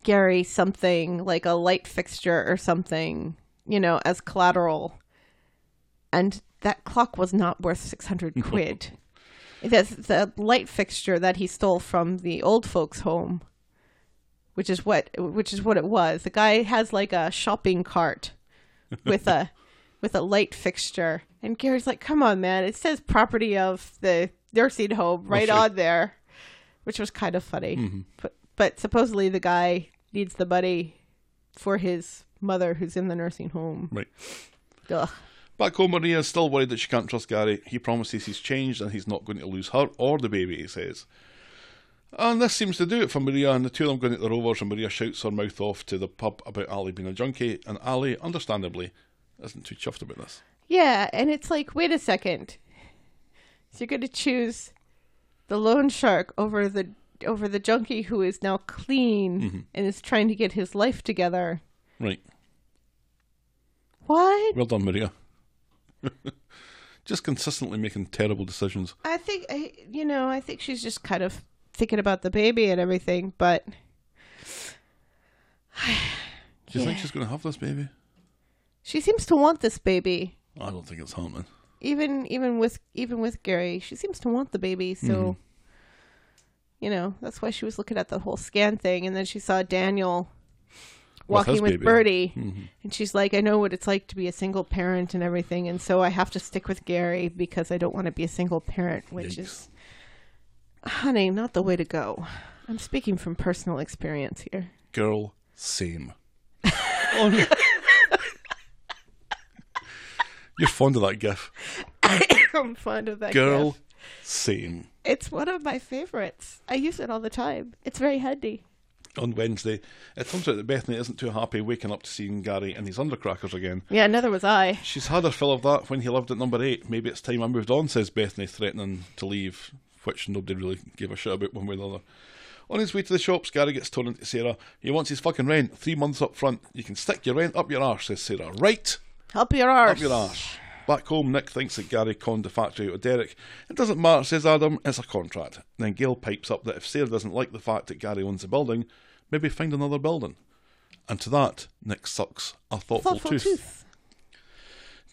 Gary something like a light fixture or something, you know, as collateral. And that clock was not worth 600 quid. That's the light fixture that he stole from the old folks home, which is what which is what it was. The guy has like a shopping cart with a with a light fixture. And Gary's like, "Come on, man! It says property of the nursing home right sure. on there," which was kind of funny. But but supposedly the guy needs the money for his mother who's in the nursing home. Right. Ugh. Back home, Maria is still worried that she can't trust Gary. He promises he's changed and he's not going to lose her or the baby, he says. And this seems to do it for Maria, and the two of them go into the Rovers, and Maria shouts her mouth off to the pub about Ali being a junkie, and Ali, understandably, isn't too chuffed about this. Yeah, and it's like, wait a second. So you're going to choose the loan shark over the over the junkie who is now clean and is trying to get his life together. Right. What? Well done, Maria. Just consistently making terrible decisions. I think I- you know, I think she's just kind of thinking about the baby and everything, but Do you think she's going to have this baby? she seems to want this baby. I don't think it's happening. Even even with even with Gary, she seems to want the baby, so Mm-hmm. you know, that's why she was looking at the whole scan thing and then she saw Daniel walking his with baby. Mm-hmm. Birdie, and she's like, "I know what it's like to be a single parent and everything, and so I have to stick with Gary because I don't want to be a single parent." Which is, honey, not the way to go. I'm speaking from personal experience here. Girl, same. You're fond of that gif. I'm fond of that Girl, gif. same. It's one of my favorites. I use it all the time. It's very handy. On Wednesday, it turns out that Bethany isn't too happy waking up to seeing Gary and his undercrackers again. Yeah, another was I. She's had her fill of that when he lived at number eight. Maybe it's time I moved on, says Bethany, threatening to leave, which nobody really gave a shit about one way or the other. On his way to the shops, Gary gets torn into Sarah. He wants his fucking rent, three months up front. You can stick your rent up your arse, says Sarah. Right! Help your arse. Up your arse. Back home, Nick thinks that Gary conned the factory out of Derek. It doesn't matter, says Adam, it's a contract. Then Gail pipes up that if Sarah doesn't like the fact that Gary owns the building, maybe find another building. And to that, Nick sucks a thoughtful, Thoughtful tooth. tooth.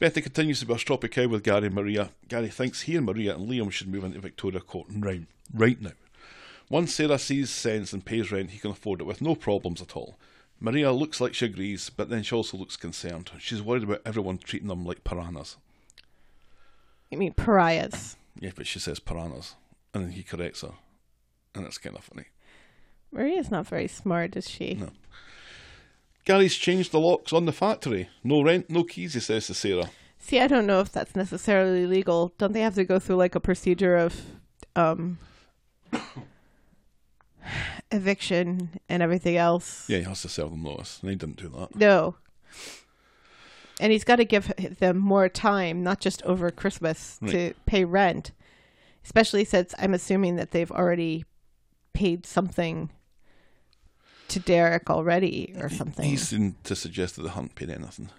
Betty continues to be a stroppy cow with Gary and Maria. Gary thinks he and Maria and Liam should move into Victoria Court and Round right now. Once Sarah sees sense and pays rent, he can afford it with no problems at all. Maria looks like she agrees, but then she also looks concerned. She's worried about everyone treating them like piranhas. You mean pariahs, Yeah, but she says piranhas, and then he corrects her, and it's kind of funny. Maria's not very smart, is she? No. Gary's changed the locks on the factory. No rent, no keys, he says to Sarah. See, I don't know if that's necessarily legal. Don't they have to go through like a procedure of um eviction and everything else? Yeah, he has to sell them notice, and he didn't do that. No. And he's got to give them more time, not just over Christmas, to pay rent. Especially since I'm assuming that they've already paid something to Derek already or something. He seemed to suggest that they hadn't paid anything.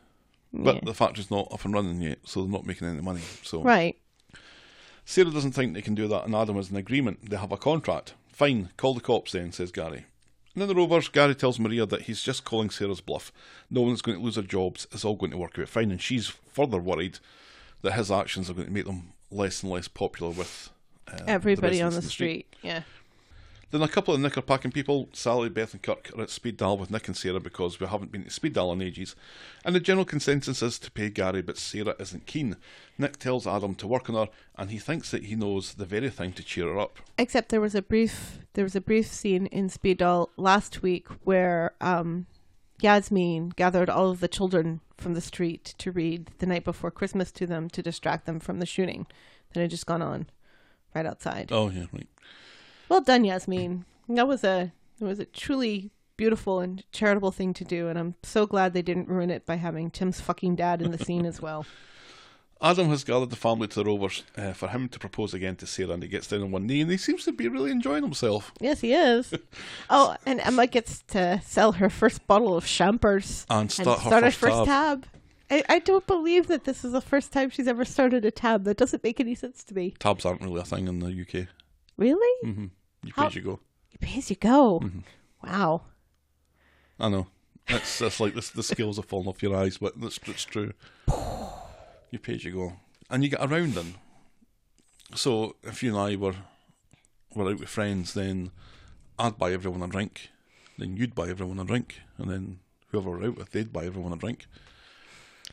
But Yeah. the factory's not up and running yet, so they're not making any money. So Right. Sarah doesn't think they can do that, and Adam is in agreement. They have a contract. Fine, call the cops then, says Gary. And in the Rovers, Gary tells Maria that he's just calling Sarah's bluff. No one's going to lose their jobs. It's all going to work out fine. And she's further worried that his actions are going to make them less and less popular with uh, the Everybody on residents the in street. Yeah. then a couple of Knickerpacking people, Sally, Beth, and Kirk, are at Speed Dial with Nick and Sarah because we haven't been to Speed Dial in ages. And the general consensus is to pay Gary, but Sarah isn't keen. Nick tells Adam to work on her, and he thinks that he knows the very thing to cheer her up. except there was a brief there was a brief scene in Speed Doll last week where um, Yasmin gathered all of the children from the street to read the night before Christmas to them to distract them from the shooting that had just gone on right outside. Oh, yeah, right. Well done, Yasmin. That was a it was a truly beautiful and charitable thing to do, and I'm so glad they didn't ruin it by having Tim's fucking dad in the scene as well. Adam has gathered the family to the Rovers uh, for him to propose again to Sarah, and he gets down on one knee, and he seems to be really enjoying himself. Yes, he is. Oh, and Emma gets to sell her first bottle of champers And start her first tab. I, I don't believe that this is the first time she's ever started a tab. That doesn't make any sense to me. Tabs aren't really a thing in the UK. Really? Mm-hmm. You pay How- as you go. You pay as you go. Mm-hmm. Wow. I know. That's, that's like this, the scales have fallen off your eyes, but that's, that's true. You pay as you go. And you get around then. So if you and I were were out with friends, then I'd buy everyone a drink. Then you'd buy everyone a drink. And then whoever we're out with, they'd buy everyone a drink.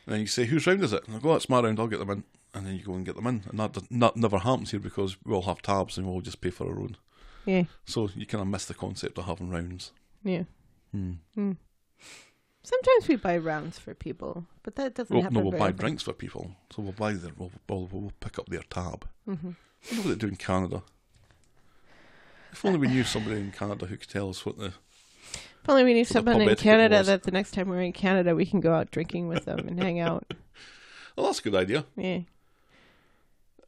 And then you say, whose round is it? And I go, oh, it's my round, I'll get them in. And then you go and get them in. And that, does- that never happens here because we all have tabs and we all just pay for our own. Yeah. So you kind of miss the concept of having rounds. Yeah. Hmm. Sometimes we buy rounds for people, but that doesn't Well, happen. no, we'll very buy often. drinks for people. So we'll buy their, we'll, we'll, we'll pick up their tab. Mm-hmm. I wonder what they do in Canada. If only we knew somebody in Canada who could tell us what the. If only we knew the someone pub in etiquette Canada was. that the next time we're in Canada we can go out drinking with them and hang out. Oh, that's a good idea. Yeah.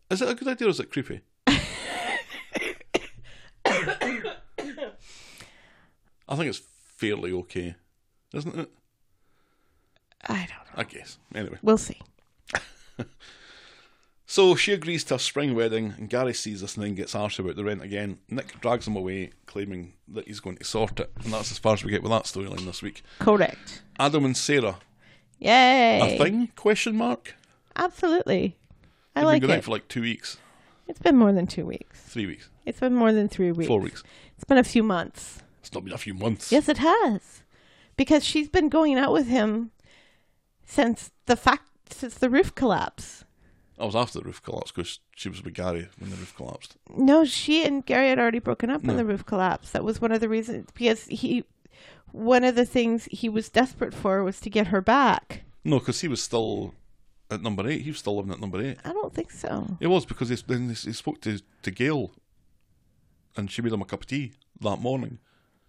Is it a good idea or is it creepy? I think it's fairly okay, isn't it? I don't know. I guess. Anyway. We'll see. So she agrees to a spring wedding, and Gary sees this and then gets arse about the rent again. Nick drags him away, claiming that he's going to sort it, and that's as far as we get with that storyline this week. Correct. Adam and Sarah, Yay. a thing? Question mark. Absolutely. I They've like been going out it. for like two weeks, It's been more than two weeks. three weeks, It's been more than three weeks. four weeks. It's been a few months. It's not been a few months. Yes, it has. because she's been going out with him since the fact since the roof collapse. I was after the roof collapsed because she was with Gary when the roof collapsed. No, she and Gary had already broken up when the roof collapsed. That was one of the reasons because he one of the things he was desperate for was to get her back. No, because he was still at number eight. He was still living at number eight. I don't think so. It was because he, then he spoke to, to Gail and she made him a cup of tea that morning.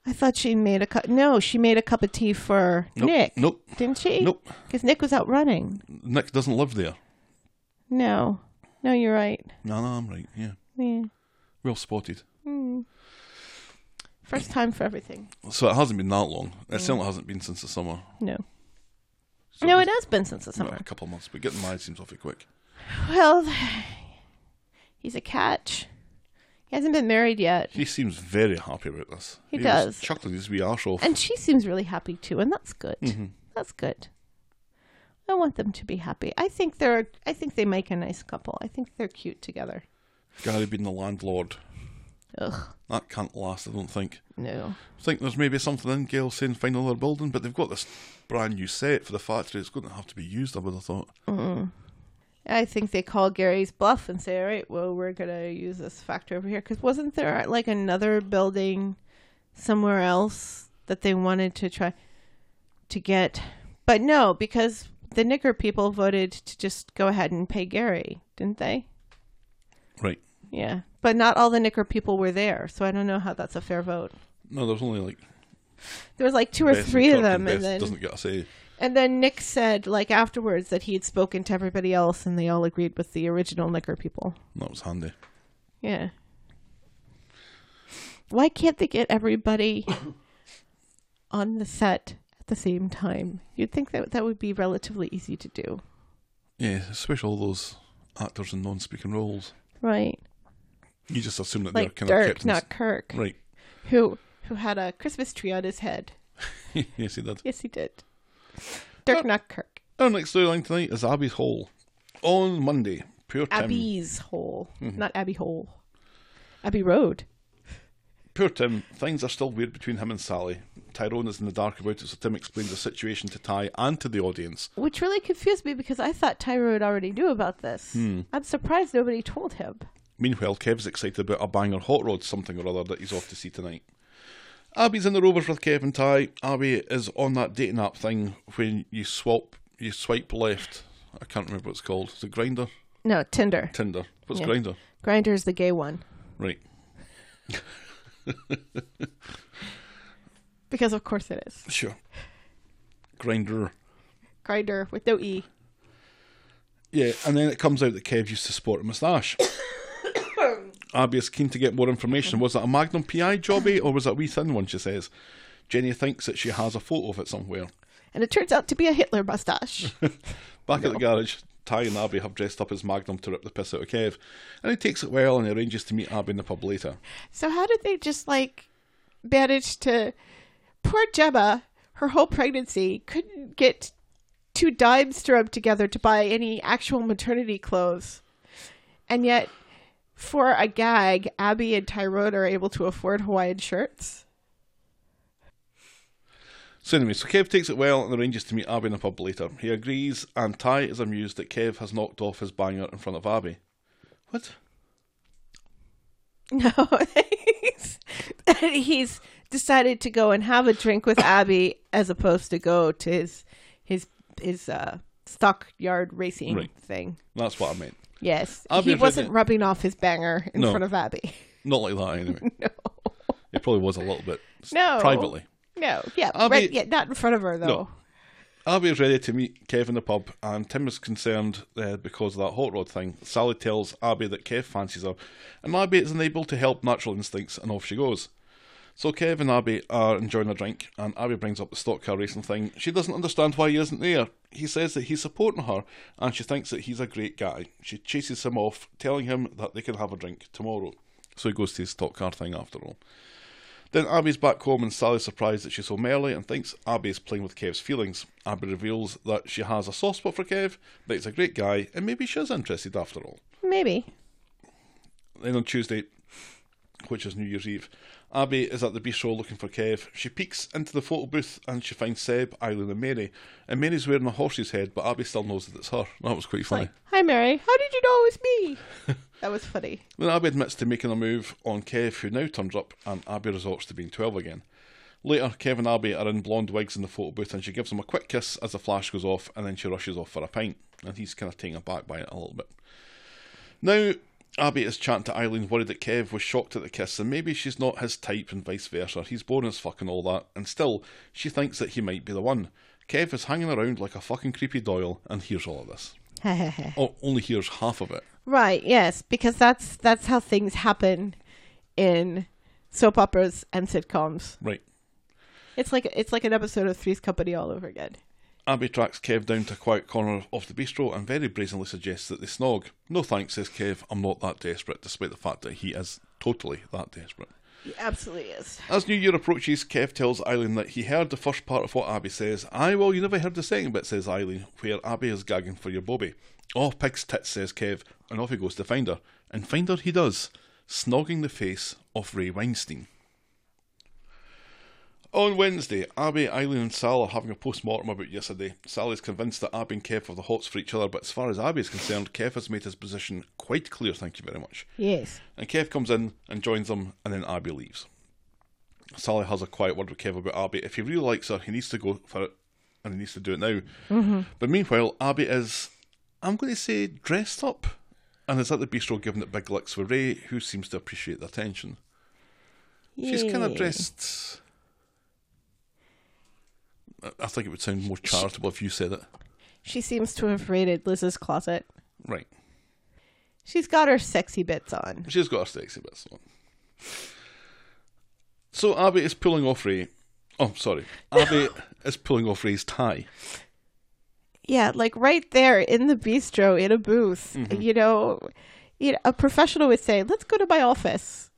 I thought she made a cup. No, she made a cup of tea for Nope. Nick. Nope. Didn't she? Nope. Because Nick was out running. Nick doesn't live there. No. No, you're right. No, no, I'm right. Yeah. Yeah. Well spotted. First time for everything. So it hasn't been that long. It certainly hasn't been since the summer. No. So no, just- it has been since the well, summer. a couple of months, but getting married seems awfully quick. Well, he's a catch. He hasn't been married yet. He seems very happy about this. He was does. Chuckling his wee arse off. And she seems really happy too, and that's good. That's good. I want them to be happy. I think they're I think they make a nice couple. I think they're cute together. Gary being the landlord. Ugh, That can't last, I don't think. no. I think there's maybe something in Gail saying find another building, but they've got this brand new set for the factory. It's going to have to be used, I would have thought. I think they call Gary's bluff and say, "All right, well, we're gonna use this factory over here." Because wasn't there uh, like another building somewhere else that they wanted to try to get? But no, because the Knicker people voted to just go ahead and pay Gary, didn't they? Right. Yeah, but not all the Knicker people were there, so I don't know how that's a fair vote. No, there's only like There was like two or Beth and three of Chuck, them, Beth and then doesn't get a say. and then Nick said like afterwards that he had spoken to everybody else, and they all agreed with the original Knicker people. That was handy. Yeah. Why can't they get everybody on the set at the same time? You'd think that that would be relatively easy to do, Yeah, especially all those actors in non-speaking roles. right? You just assume that Like they're kind of kept Dirk, in not Kirk, right. who who had a Christmas tree on his head. yes, he did. Yes, he did. Dirk, not Kirk. Our next storyline tonight is Abbey Hall on Monday. Poor Tim. Mm-hmm. Abbey's Hole, not Abbey Hole. Abbey Road. Poor Tim. Things are still weird between him and Sally. Tyrone is in the dark about it, so Tim explains the situation to Ty and to the audience. Which really confused me because I thought Tyro had already knew about this. Hmm. I'm surprised nobody told him. Meanwhile, Kev's excited about a banger hot rod something or other that he's off to see tonight. Abby's in the rovers with Kev and Ty. Abby is on that dating app thing when you swap, you swipe left. I can't remember what it's called. It's a grinder, No, Tinder. Tinder. What's Yeah. grinder? Grinder's the gay one. Right. Because of course it is. Sure. Grinder. Grinder with no E. Yeah, and then it comes out that Kev used to sport a moustache. Abby is keen to get more information. Was that a Magnum PI jobby or was that a wee thin one? She says. Jenny thinks that she has a photo of it somewhere. And it turns out to be a Hitler mustache. Back at the garage, Ty and Abby have dressed up as Magnum to rip the piss out of Kev, and he takes it well and arranges to meet Abby in the pub later. so how did they just like manage to poor Gemma, her whole pregnancy, couldn't get two dimes to rub together to buy any actual maternity clothes. And yet for a gag, Abby and Tyrone are able to afford Hawaiian shirts. So anyway, so Kev takes it well and arranges to meet Abby in a pub later. He agrees, and Ty is amused that Kev has knocked off his banger in front of Abby. What? No, he's, he's decided to go and have a drink with Abby as opposed to go to his his his uh, stockyard racing Right. thing. That's what I meant. Yes, Abby he was wasn't in it. rubbing off his banger in No. front of Abby. Not like that, anyway. No, It probably was a little bit. No. Privately. no, yeah, Abby- right, yeah, not in front of her though. No. Abby is ready to meet Kev in the pub, and Tim is concerned uh, because of that hot rod thing. Sally tells Abby that Kev fancies her, and Abby is unable to help natural instincts, and off she goes. So Kev and Abby are enjoying a drink, and Abby brings up the stock car racing thing. She doesn't understand why he isn't there. He says that he's supporting her, and she thinks that he's a great guy. She chases him off, telling him that they can have a drink tomorrow. So he goes to his stock car thing after all. Then Abby's back home and Sally's surprised that she's home early and thinks Abby is playing with Kev's feelings. Abby reveals that she has a soft spot for Kev, that he's a great guy, and maybe she is interested after all. Maybe Then on Tuesday, which is New Year's Eve. Abby is at the bistro looking for Kev. She peeks into the photo booth and she finds Seb, Eileen, and Mary. And Mary's wearing a horse's head, but Abby still knows that it's her. That was quite funny. Like, hi, Mary. How did you know it was me? that was funny. Then Abby admits to making a move on Kev, who now turns up, and Abby resorts to being 12 again. Later, Kev and Abby are in blonde wigs in the photo booth, and she gives him a quick kiss as the flash goes off, and then she rushes off for a pint, and he's kind of taken aback by it a little bit. Now, Abby is chatting to Eileen, worried that Kev was shocked at the kiss, and maybe she's not his type, and vice versa. He's boring as fuck and all that, and still, she thinks that he might be the one. Kev is hanging around like a fucking creepy Doyle, and hears all of this. Or only hears half of it. right. Yes, because that's that's how things happen in soap operas and sitcoms. Right. It's like it's like an episode of Three's Company all over again. Abby tracks Kev down to a quiet corner of the bistro and very brazenly suggests that they snog. No thanks, says Kev. I'm not that desperate, despite the fact that he is totally that desperate. It absolutely is. As New Year approaches, Kev tells Eileen that he heard the first part of what Abby says. Aye, well, you never heard the second bit, says Eileen, where Abby is gagging for your Bobby. Oh, pig's tits, says Kev, and off he goes to find her. And find her he does, snogging the face of Ray Weinstein. On Wednesday, Abby, Eileen, and Sal are having a post mortem about yesterday. Sal is convinced that Abby and Kev are the hots for each other, but as far as Abby is concerned, Kev has made his position quite clear, thank you very much. Yes. And Kev comes in and joins them, and then Abby leaves. Sally has a quiet word with Kev about Abby. If he really likes her, he needs to go for it, and he needs to do it now. But meanwhile, Abby is, I'm going to say, dressed up, and is at the bistro giving it big licks for Ray, who seems to appreciate the attention. She's kind of Yay. dressed. I- I think it would sound more charitable if you said it. She seems to have raided Liz's closet. Right. She's got her sexy bits on. She's got her sexy bits on. So Abby is pulling off Ray. Oh, sorry. Abby is pulling off Ray's tie. Yeah, like right there in the bistro in a booth. Mm-hmm. You know, you know, a professional would say, "Let's go to my office."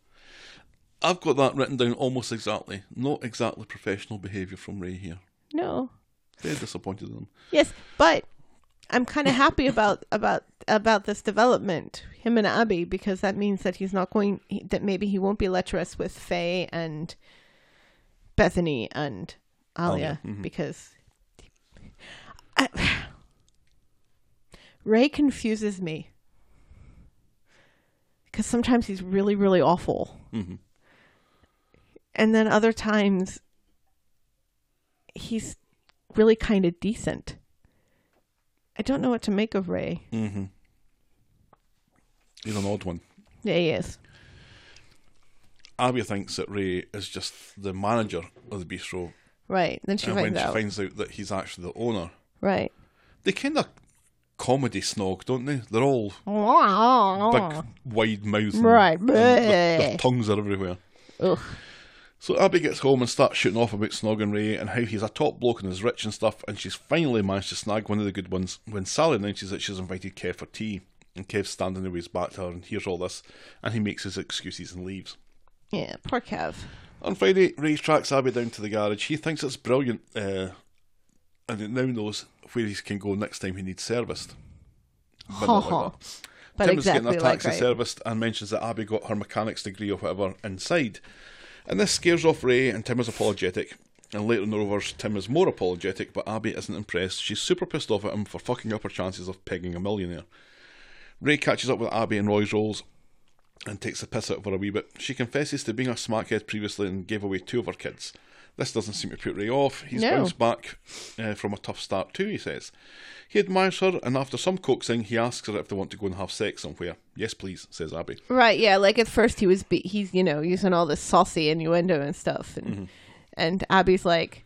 I've got that written down almost exactly. Not exactly professional behaviour from Ray here. No. Very disappointed in him. Yes, but I'm kind of happy about about about this development, him and Abby, because that means that he's not going. he- That maybe he won't be lecherous with Faye and Bethany and Alia, because I, Ray confuses me. Because sometimes he's really, really awful, and then other times he's really kind of decent. I don't know what to make of Ray. Mm. He's an odd one. Yeah, he is. Abby thinks that Ray is just the manager of the bistro, Right. Then she and when finds out. she finds out that he's actually the owner, right. they kind of comedy snog, don't they? They're all big, wide mouths, and- Right. and their, their tongues are everywhere. Ugh. So Abby gets home and starts shooting off about Snog and Ray and how he's a top bloke and is rich and stuff, and she's finally managed to snag one of the good ones when Sally announces that she's invited Kev for tea. And Kev's standing there with his back to her and hears all this, and he makes his excuses and leaves. Yeah. Poor Kev. On Friday, Ray tracks Abby down to the garage. He thinks it's brilliant, uh, and it now knows where he can go next time he needs serviced. But not like that. But Tim is exactly getting her like taxi Ray. serviced and mentions that Abby got her mechanics degree or whatever inside. And this scares off Ray, and Tim is apologetic. And later in the Rovers, Tim is more apologetic, but Abby isn't impressed. She's super pissed off at him for fucking up her chances of pegging a millionaire. Ray catches up with Abby in Roy's Rolls and takes the piss out of her a wee bit. She confesses to being a smackhead previously and gave away two of her kids. This doesn't seem to put Ray off. He's No. bounced back uh, from a tough start too, he says. He admires her, and after some coaxing, he asks her if they want to go and have sex somewhere. Yes, please, says Abby. Right. Yeah. Like at first he was be- he's you know using all this saucy innuendo and stuff, and Mm-hmm. and Abby's like,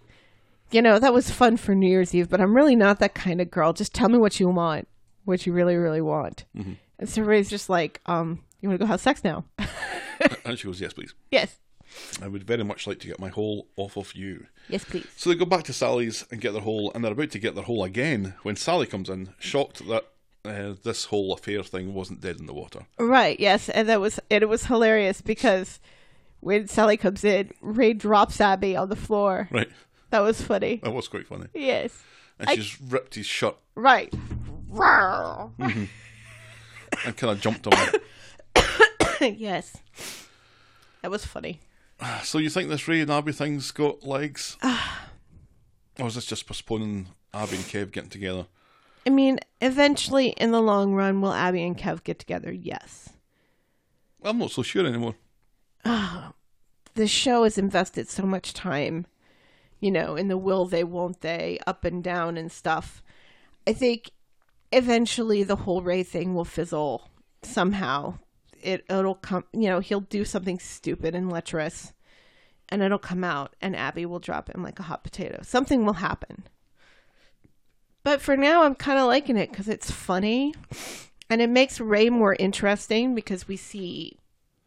you know that was fun for New Year's Eve, but I'm really not that kind of girl. Just tell me what you want, what you really really want. Mm-hmm. And so Ray's just like, um, you want to go have sex now? And she goes, Yes, please. yes. I would very much like to get my hole off of you. Yes, please. So they go back to Sally's and get their hole, and they're about to get their hole again when Sally comes in, shocked that uh, this whole affair thing wasn't dead in the water. Right. Yes, and that was and it was hilarious because when Sally comes in, Ray drops Abby on the floor. Right. That was funny. That was quite funny. Yes. And she's ripped his shirt Right. and kind of jumped on it. yes. It was funny. So you think this Ray and Abby thing's got legs? Ah. or is this just postponing Abby and Kev getting together? I mean, eventually, in the long run, will Abby and Kev get together? Yes. I'm not so sure anymore. The show has invested so much time, you know, in the will they, won't they, up and down and stuff. I think eventually the whole Ray thing will fizzle somehow. It it'll come, you know, he'll do something stupid and lecherous, and it'll come out, and Abby will drop him like a hot potato. Something will happen. But for now, I'm kind of liking it because it's funny, and it makes Ray more interesting because we see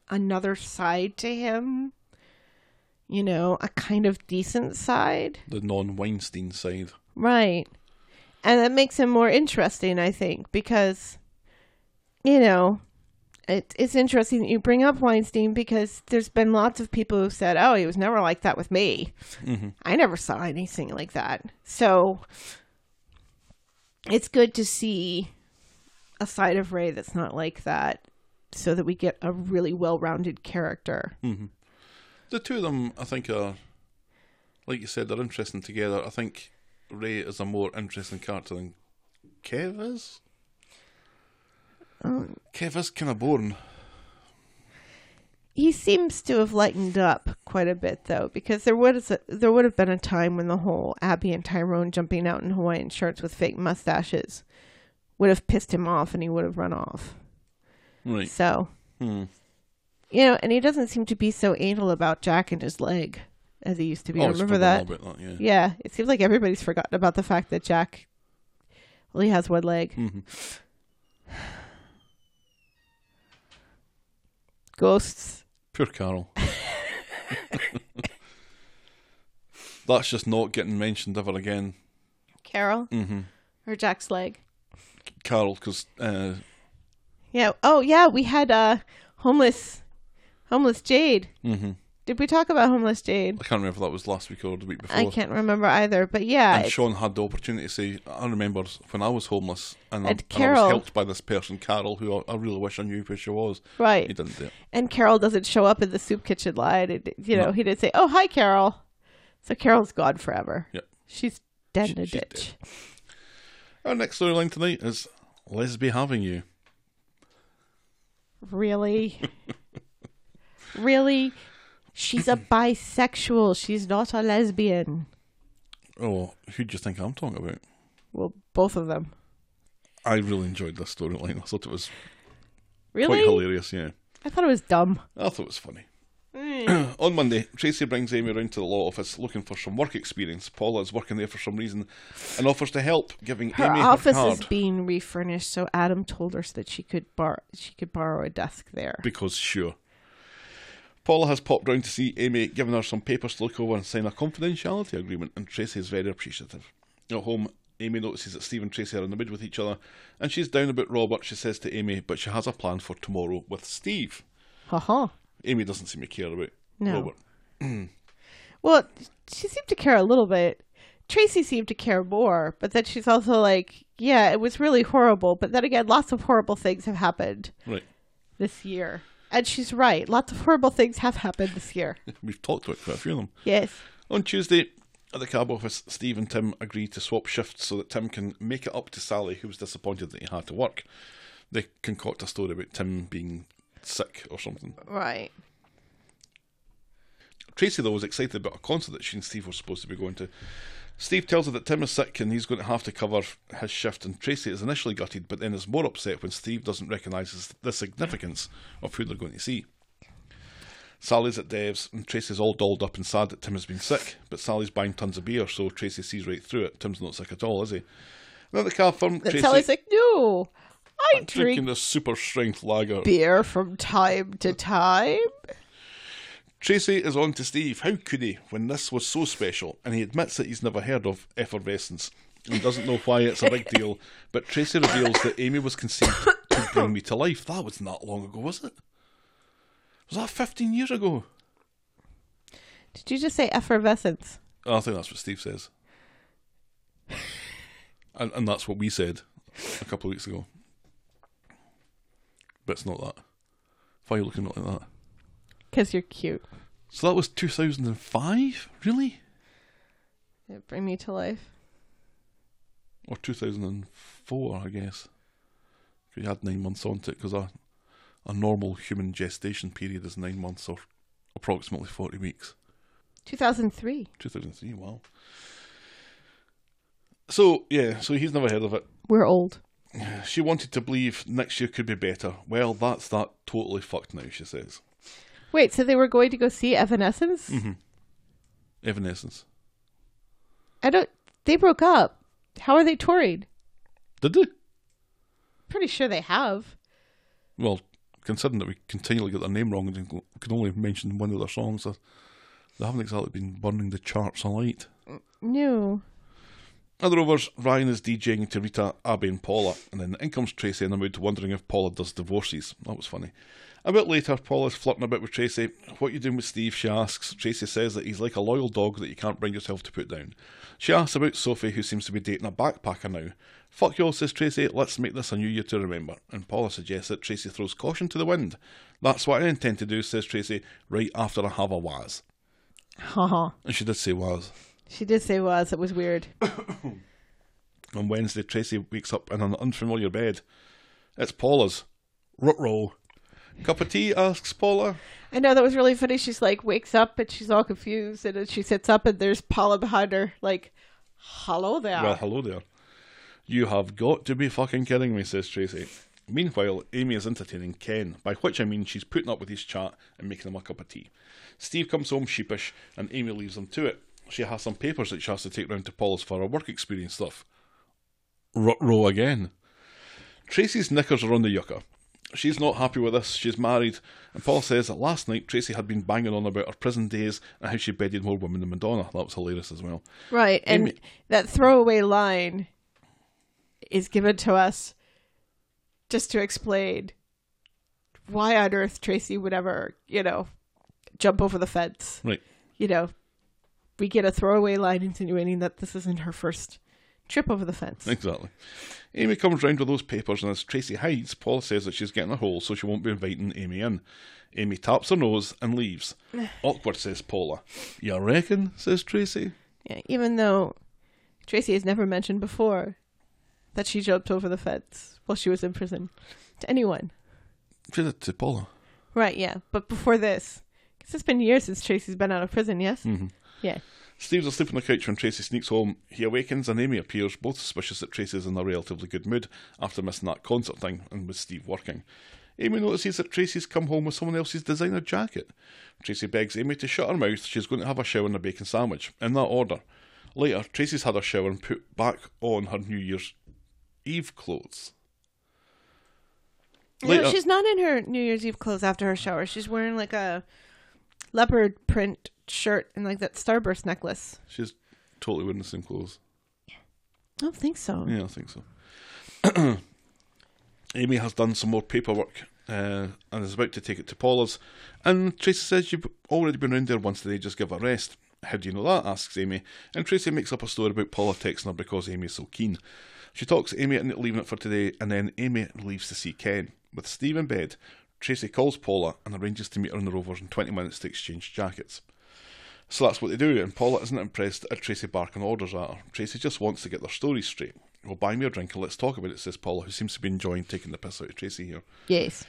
another side to him. You know, a kind of decent side. The non Weinstein side. Right. And that makes him more interesting, I think, because, you know, it, it's interesting that you bring up Weinstein because there's been lots of people who've said, oh, he was never like that with me. I never saw anything like that. So it's good to see a side of Ray that's not like that so that we get a really well rounded character. The two of them, I think, are, like you said, they're interesting together. I think Ray is a more interesting character than Kev is. Um. Kev is kind of boring. he seems to have lightened up quite a bit though because there was a, there would have been a time when the whole Abby and Tyrone jumping out in Hawaiian shirts with fake mustaches would have pissed him off and he would have run off. Right. Hmm. So, you know, and he doesn't seem to be so anal about Jack and his leg as he used to be. Oh, it's Remember probably all that? about that, yeah. Yeah, it seems like everybody's forgotten about the fact that Jack only has one leg. Mm-hmm. Ghosts. Poor Carol. That's just not getting mentioned ever again, Carol? Mm-hmm. Or Jack's leg? Carol, because uh, Yeah. Oh, yeah. We had uh, homeless, homeless Jade. Mm-hmm. Did we talk about homeless Jade? I can't remember if that was last week or the week before. I can't remember either. But yeah, And it- Sean had the opportunity to say, I remember when I was homeless and, I, And and I Carol- was helped by this person, Carol, who I, I really wish I knew who she was. Right. He didn't do it. and Carol doesn't show up in the soup kitchen line. And, you know, No. he didn't say, "Oh, hi, Carol." So Carol's gone forever. Yep. She's dead in a she's ditch. Our next storyline tonight is Lesby Having You. Really, really, she's a bisexual. She's not a lesbian. Oh, who do you think I'm talking about? Well, both of them. I really enjoyed this storyline. I thought it was Really, quite hilarious, yeah. I thought it was dumb. I thought it was funny. Hmm. On Monday, Tracy brings Amy round to the law office looking for some work experience. Paula is working there for some reason and offers to help, giving Her Amy office her card is being refurnished, so Adam told her that she could bar she could borrow a desk there. because sure. Paula has popped round to see Amy, giving her some papers to look over and sign a confidentiality agreement, and Tracy is very appreciative. At home, Amy notices that Steve and Tracy are in the bed with each other, and she's down about Robert, she says to Amy, but she has a plan for tomorrow with Steve. Ha ha. Amy doesn't seem to care about No. Robert. Well, she seemed to care a little bit. Tracy seemed to care more, but then she's also like, yeah, it was really horrible. But then again, lots of horrible things have happened Right. this year. And she's right. Lots of horrible things have happened this year. We've talked about quite a few of them. Yes. On Tuesday, at the cab office, Steve and Tim agree to swap shifts so that Tim can make it up to Sally, who was disappointed that he had to work. They concoct a story about Tim being sick or something. Right. Tracy, though, was excited about a concert that she and Steve were supposed to be going to. Steve tells her that Tim is sick and he's going to have to cover his shift, and Tracy is initially gutted, but then is more upset when Steve doesn't recognise the significance of who they're going to see. Sally's at Dev's, and Tracy's all dolled up and sad that Tim has been sick, but Sally's buying tons of beer, so Tracy sees right through it. Tim's not sick at all, is he? Then the car firm, That Tracy, Sally's like, no, I drinking drink this super strength lager. beer from time to time. Tracy is on to Steve. How could he, when this was so special? And he admits that he's never heard of effervescence and doesn't know why it's a big deal. But Tracy reveals that Amy was conceived to bring me to life. That was not long ago, was it? Was that 15 years ago? Did you just say effervescence? Oh, I think that's what Steve says. And, and that's what we said a couple of weeks ago. But it's not that. Why are you looking at me like that? because you're cute. So that was 2005, really? It bring me to life. Or 2004, I guess. We had nine months onto it because a, a normal human gestation period is nine months or approximately 40 weeks. 2003. 2003, wow. So, yeah, so he's never heard of it. We're old. She wanted to believe next year could be better. Well, that's that totally fucked now, she says. Wait, so they were going to go see Evanescence? Evanescence. I don't. They broke up. How are they touring? Did they? Pretty sure they have. Well, considering that we continually get their name wrong and can only mention one of their songs, uh, they haven't exactly been burning the charts alight. No. At the Rovers, Ryan is DJing to Rita, Abby, and Paula, and then in comes Tracy in a mood wondering if Paula does divorces. That was funny. A bit later, Paula's flirting a bit with Tracy. What you doing with Steve? She asks. Tracy says that he's like a loyal dog that you can't bring yourself to put down. She asks about Sophie, who seems to be dating a backpacker now. Fuck you all, says Tracy. Let's make this a new year to remember. And Paula suggests that Tracy throws caution to the wind. That's what I intend to do, says Tracy, right after I have a waz. Haha. And she did say waz. she did say was. It was weird. On Wednesday, Tracy wakes up in an unfamiliar bed. It's Paula's. Rutrow. Cup of tea? asks Paula. I know that was really funny. She's like wakes up and she's all confused, and then she sits up and there's Paula behind her, like, "Hello there." Well, hello there. You have got to be fucking kidding me, says Tracy. Meanwhile, Amy is entertaining Ken, by which I mean she's putting up with his chat and making him a cup of tea. Steve comes home sheepish, and Amy leaves him to it. She has some papers that she has to take round to Paula's for her work experience stuff. Rutrow again. Tracy's knickers are on the yucca. She's not happy with this, she's married, and Paul says that last night Tracy had been banging on about her prison days and how she bedded more women than Madonna. That was hilarious as well. right, and Amy- that throwaway line is given to us just to explain why on earth Tracy would ever, you know, jump over the fence. Right. You know, we get a throwaway line insinuating that this isn't her first trip over the fence. Exactly. Amy comes round with those papers, and as Tracy hides, Paula says that she's getting a hole, so she won't be inviting Amy in. Amy taps her nose and leaves. Awkward, says Paula. You reckon? says Tracy. Yeah, even though Tracy has never mentioned before that she jumped over the fence while she was in prison to anyone. She did to Paula. Right, yeah. But before this, 'cause it's been years since Tracy's been out of prison, yes? Mm-hmm. Yeah. Steve's asleep on the couch when Tracy sneaks home. He awakens and Amy appears, both suspicious that Tracy's in a relatively good mood after missing that concert thing and with Steve working. Amy notices that Tracy's come home with someone else's designer jacket. Tracy begs Amy to shut her mouth, she's going to have a shower and a bacon sandwich, in that order. Later, Tracy's had her shower and put back on her New Year's Eve clothes. uh, No, she's not in her New Year's Eve clothes after her shower. She's wearing like a leopard print shirt and like that starburst necklace. she's totally wearing the same clothes. I don't think so. Yeah, I think so. Amy has done some more paperwork uh, and is about to take it to Paula's. And Tracy says, You've already been round there once today, just give a rest. How do you know that? asks Amy. And Tracy makes up a story about Paula texting her because Amy is so keen. She talks Amy into leaving it for today, and then Amy leaves to see Ken. With Steve in bed, Tracy calls Paula and arranges to meet her in the Rovers in 20 minutes to exchange jackets. So that's what they do, and Paula isn't impressed at Tracy barking orders at her. Tracy just wants to get their stories straight. Well, buy me a drink and let's talk about it, says Paula, who seems to be enjoying taking the piss out of Tracy here. Yes.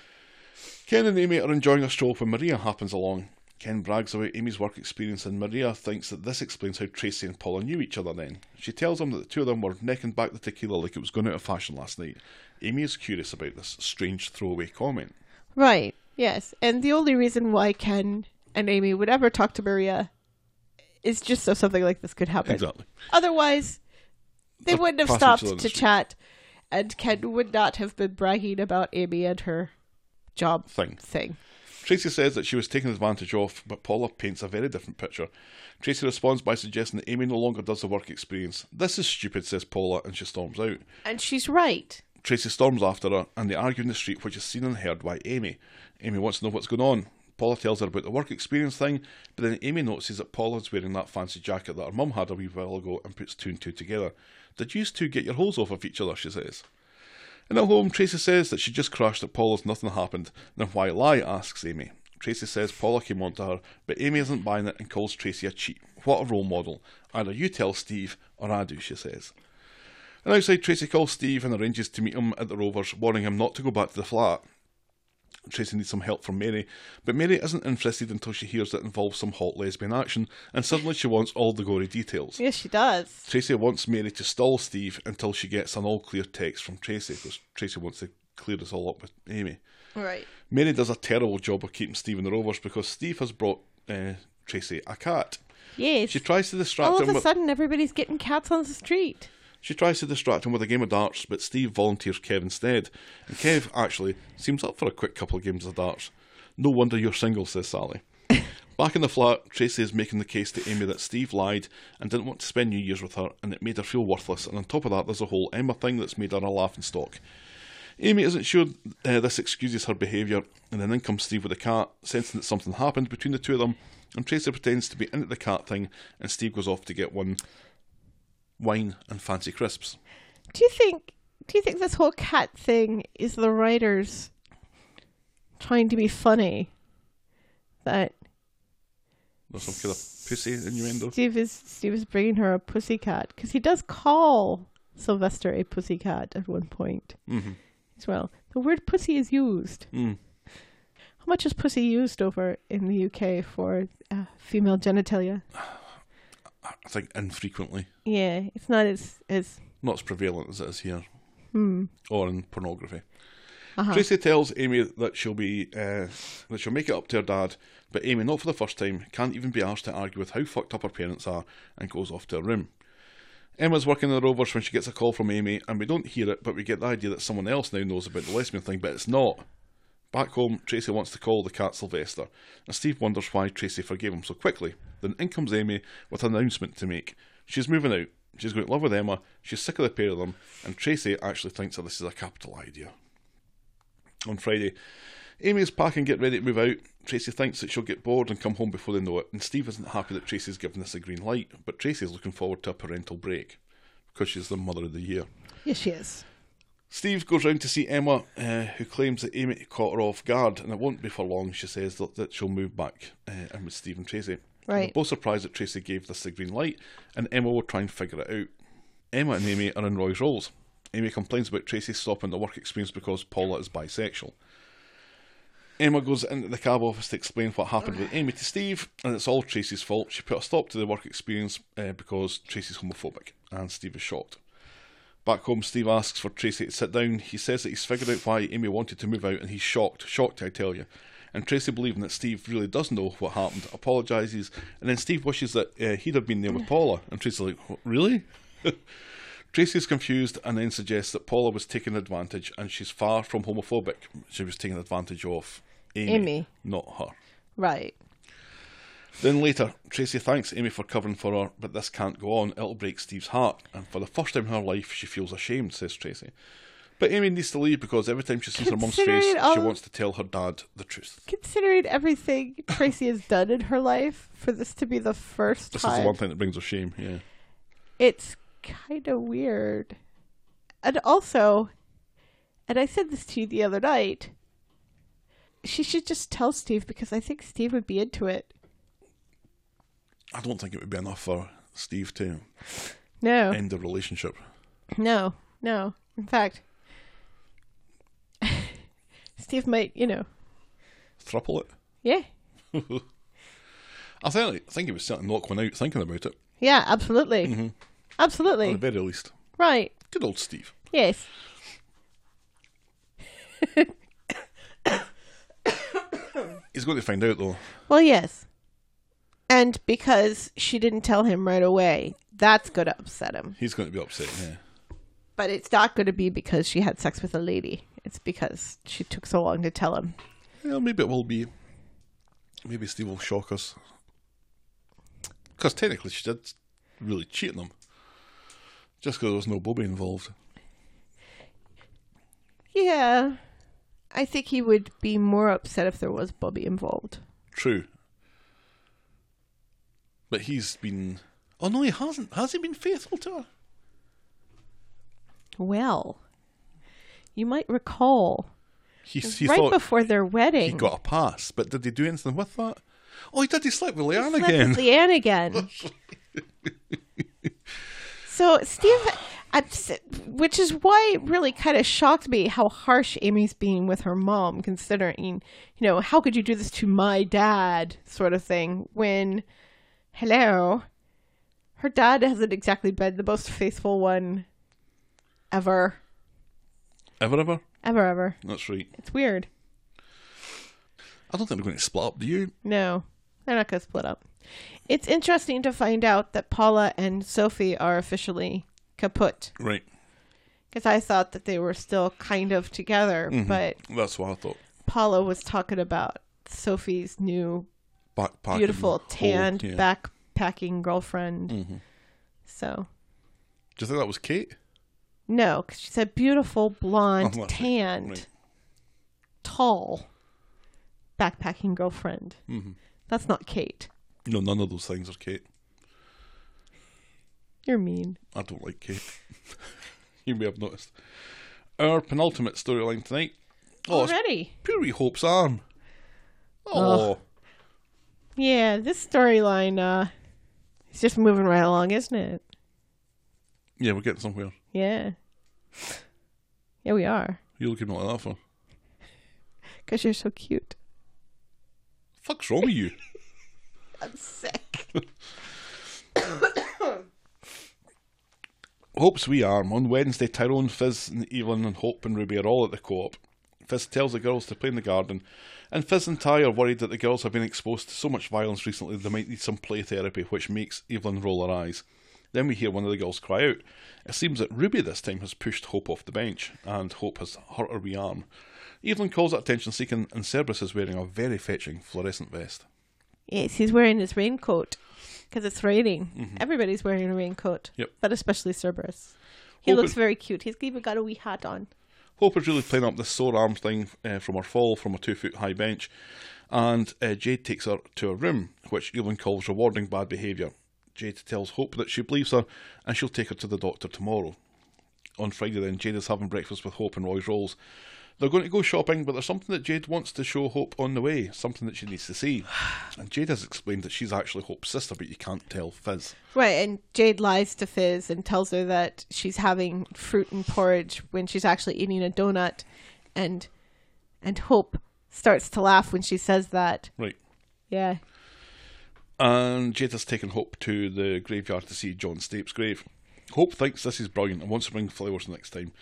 Ken and Amy are enjoying a stroll when Maria happens along. Ken brags about Amy's work experience, and Maria thinks that this explains how Tracy and Paula knew each other then. She tells him that the two of them were necking back the tequila like it was going out of fashion last night. Amy is curious about this strange throwaway comment. Right. Yes. And the only reason why Ken and Amy would ever talk to Maria is just so something like this could happen. Exactly. Otherwise, they Or wouldn't have pass each stopped other on to the street. chat, and Ken would not have been bragging about Amy and her job Thing. thing. Tracy says that she was taken advantage of, but Paula paints a very different picture. Tracy responds by suggesting that Amy no longer does the work experience. This is stupid, says Paula, and she storms out. And she's right. Tracy storms after her, and they argue in the street, which is seen and heard by Amy. Amy wants to know what's going on. Paula tells her about the work experience thing, but then Amy notices that Paula's wearing that fancy jacket that her mum had a wee while ago and puts two and two together. Did you two get your holes off of each other? she says. And at home, Tracy says that she just crashed at Paula's, nothing happened. Then why lie? asks Amy. Tracy says Paula came on to her, but Amy isn't buying it and calls Tracy a cheat. What a role model. Either you tell Steve or I do, she says. And outside, Tracy calls Steve and arranges to meet him at the Rovers, warning him not to go back to the flat. Tracy needs some help from Mary, but Mary isn't interested until she hears it involves some hot lesbian action, and suddenly she wants all the gory details. Yes, she does. Tracy wants Mary to stall Steve until she gets an all clear text from Tracy, because Tracy wants to clear this all up with Amy. Right. Mary does a terrible job of keeping Steve in the Rovers because Steve has brought uh, Tracy a cat. Yes. She tries to distract All him of a with sudden, everybody's getting cats on the street. she tries to distract him with a game of darts, but Steve volunteers Kev instead, and Kev actually seems up for a quick couple of games of darts. No wonder you're single, says Sally. Back in the flat, Tracy is making the case to Amy that Steve lied and didn't want to spend New Year's with her, and it made her feel worthless. And on top of that, there's a whole Emma thing that's made her a laughing stock. Amy isn't sure uh, this excuses her behaviour, and then in comes Steve with the cat, sensing that something happened between the two of them. And Tracy pretends to be into the cat thing, and Steve goes off to get one wine and fancy crisps. Do you think? Do you think this whole cat thing is the writers trying to be funny? That There's some kind of pussy innuendo. Steve is Steve is bringing her a pussy cat because he does call Sylvester a pussy cat at one point as well. The word pussy is used. Mm. How much is pussy used over in the UK for uh, female genitalia? I think infrequently. Yeah, it's not as as Not as prevalent as it is here. Or in pornography. Uh-huh. Tracy tells Amy that she'll be uh, that she'll make it up to her dad, but Amy, not for the first time, can't even be asked to argue with how fucked up her parents are and goes off to her room. Emma's working in the Rovers when she gets a call from Amy, and we don't hear it, but we get the idea that someone else now knows about the lesbian thing, but it's not. Back home, Tracy wants to call the cat Sylvester, and Steve wonders why Tracy forgave him so quickly. Then in comes Amy with an announcement to make. She's moving out, she's going to live with Emma, she's sick of the pair of them, and Tracy actually thinks that this is a capital idea. On Friday, Amy is packing, get ready to move out. Tracy thinks that she'll get bored and come home before they know it, and Steve isn't happy that Tracy's given this a green light, but Tracy's looking forward to a parental break because she's the mother of the year. yes, she is. Steve goes round to see Emma, uh, who claims that Amy caught her off guard, and it won't be for long, she says, that, that she'll move back uh, in with Steve and Tracy. Right. They're both surprised that Tracy gave this the green light, and Emma will try and figure it out. Emma and Amy are in Roy's roles. Amy complains about Tracy stopping the work experience because Paula is bisexual. Emma goes into the cab office to explain what happened with Amy to Steve, and it's all Tracy's fault. She put a stop to the work experience uh, because Tracy's homophobic, and Steve is shocked. Back home, Steve asks for Tracy to sit down. He says that he's figured out why Amy wanted to move out, and he's shocked. Shocked, I tell you. And Tracy, believing that Steve really does know what happened, apologises, and then Steve wishes that uh, he'd have been there with Paula. And Tracy's like, "What, really? Tracy is confused and then suggests that Paula was taken advantage and she's far from homophobic. She was taken advantage of Amy, Amy. not her. Right. Then later, Tracy thanks Amy for covering for her, but this can't go on. It'll break Steve's heart, and for the first time in her life, she feels ashamed, says Tracy. But Amy needs to leave because every time she sees her mum's Considering face, she all- wants to tell her dad the truth. Considering everything Tracy has done in her life, for this to be the first This time, is the one thing that brings her shame, yeah. it's kind of weird. And also, and I said this to you the other night, she should just tell Steve because I think Steve would be into it. I don't think it would be enough for Steve to No, end the relationship. no, no. In fact, Steve might, you know, Thruple it. yeah, I think, I think he was certainly knock one out thinking about it, yeah, absolutely. at Mm-hmm. the Absolutely. very least. Right. Good old Steve. Yes. He's going to find out, though. Well, yes. And because she didn't tell him right away, that's going to upset him. He's going to be upset, yeah. But it's not going to be because she had sex with a lady. It's because she took so long to tell him. Well, maybe it will be. Maybe Steve will shock us. Because technically, she did really cheat on him. Just because there was no Bobby involved. Yeah. I think he would be more upset if there was Bobby involved. True. But he's been. Oh no, he hasn't. Has he been faithful to her? Well, you might recall He, he right thought before their wedding. he got a pass, but did he do anything with that? Oh, he did. He slept with He Leanne slept with again. Leanne again. so Steve, I'm s- which is why it really kind of shocked me how harsh Amy's being with her mom, considering you know how could you do this to my dad, sort of thing. When hello, her dad hasn't exactly been the most faithful one ever, ever, ever. ever, ever. That's right. It's weird. I don't think they're going to split up. Do you? No, they're not going to split up. It's interesting to find out that Paula and Sophie are officially kaput Right. because I thought that they were still kind of together, Mm-hmm. but That's what I thought. Paula was talking about Sophie's new Backpack. beautiful tanned yeah. Mm-hmm. backpacking girlfriend. So, Do you think that was Kate? no, because she said beautiful, blonde, Oh, that's right. tanned, Right. tall backpacking girlfriend. Mm-hmm. That's not Kate. No, none of those things are Kate. You're mean. I don't like Kate. you may have noticed. Our penultimate storyline tonight. Oh, it's Already. Puri Hope's arm. Oh, Yeah, this storyline uh it's just moving right along, isn't it? yeah, we're getting somewhere. Yeah. Yeah, we are. You're looking like that for. Cuz you're so cute. Fuck's wrong with you? I'm sick. Hope's wee arm. On Wednesday, Tyrone, Fizz, and Evelyn and Hope and Ruby are all at the co-op. Fizz tells the girls to play in the garden, and Fizz and Ty are worried that the girls have been exposed to so much violence recently they might need some play therapy, which makes Evelyn roll her eyes. Then we hear one of the girls cry out. It seems that Ruby this time has pushed Hope off the bench, and Hope has hurt her wee arm. Evelyn calls it attention seeking, and Cerberus is wearing a very fetching fluorescent vest. Yes, he's wearing his raincoat cuz it's raining. Everybody's wearing a raincoat. Yep. But especially Cerberus. He Hope looks it- very cute. He's even got a wee hat on. Hope is really playing up this sore arm thing uh, from her fall from a two foot high bench, and uh, Jade takes her to a room, which Evelyn calls rewarding bad behaviour. Jade tells Hope that she believes her and she'll take her to the doctor tomorrow. On Friday, then, Jade is having breakfast with Hope and Roy's Rolls. They're going to go shopping, but there's something that Jade wants to show Hope on the way, something that she needs to see. And Jade has explained that she's actually Hope's sister, but you can't tell Fizz. Right, and Jade lies to Fizz and tells her that she's having fruit and porridge when she's actually eating a donut and and Hope starts to laugh when she says that. Right. Yeah. and Jade has taken Hope to the graveyard to see John Stapes' grave. Hope thinks this is brilliant and wants to bring flowers next time.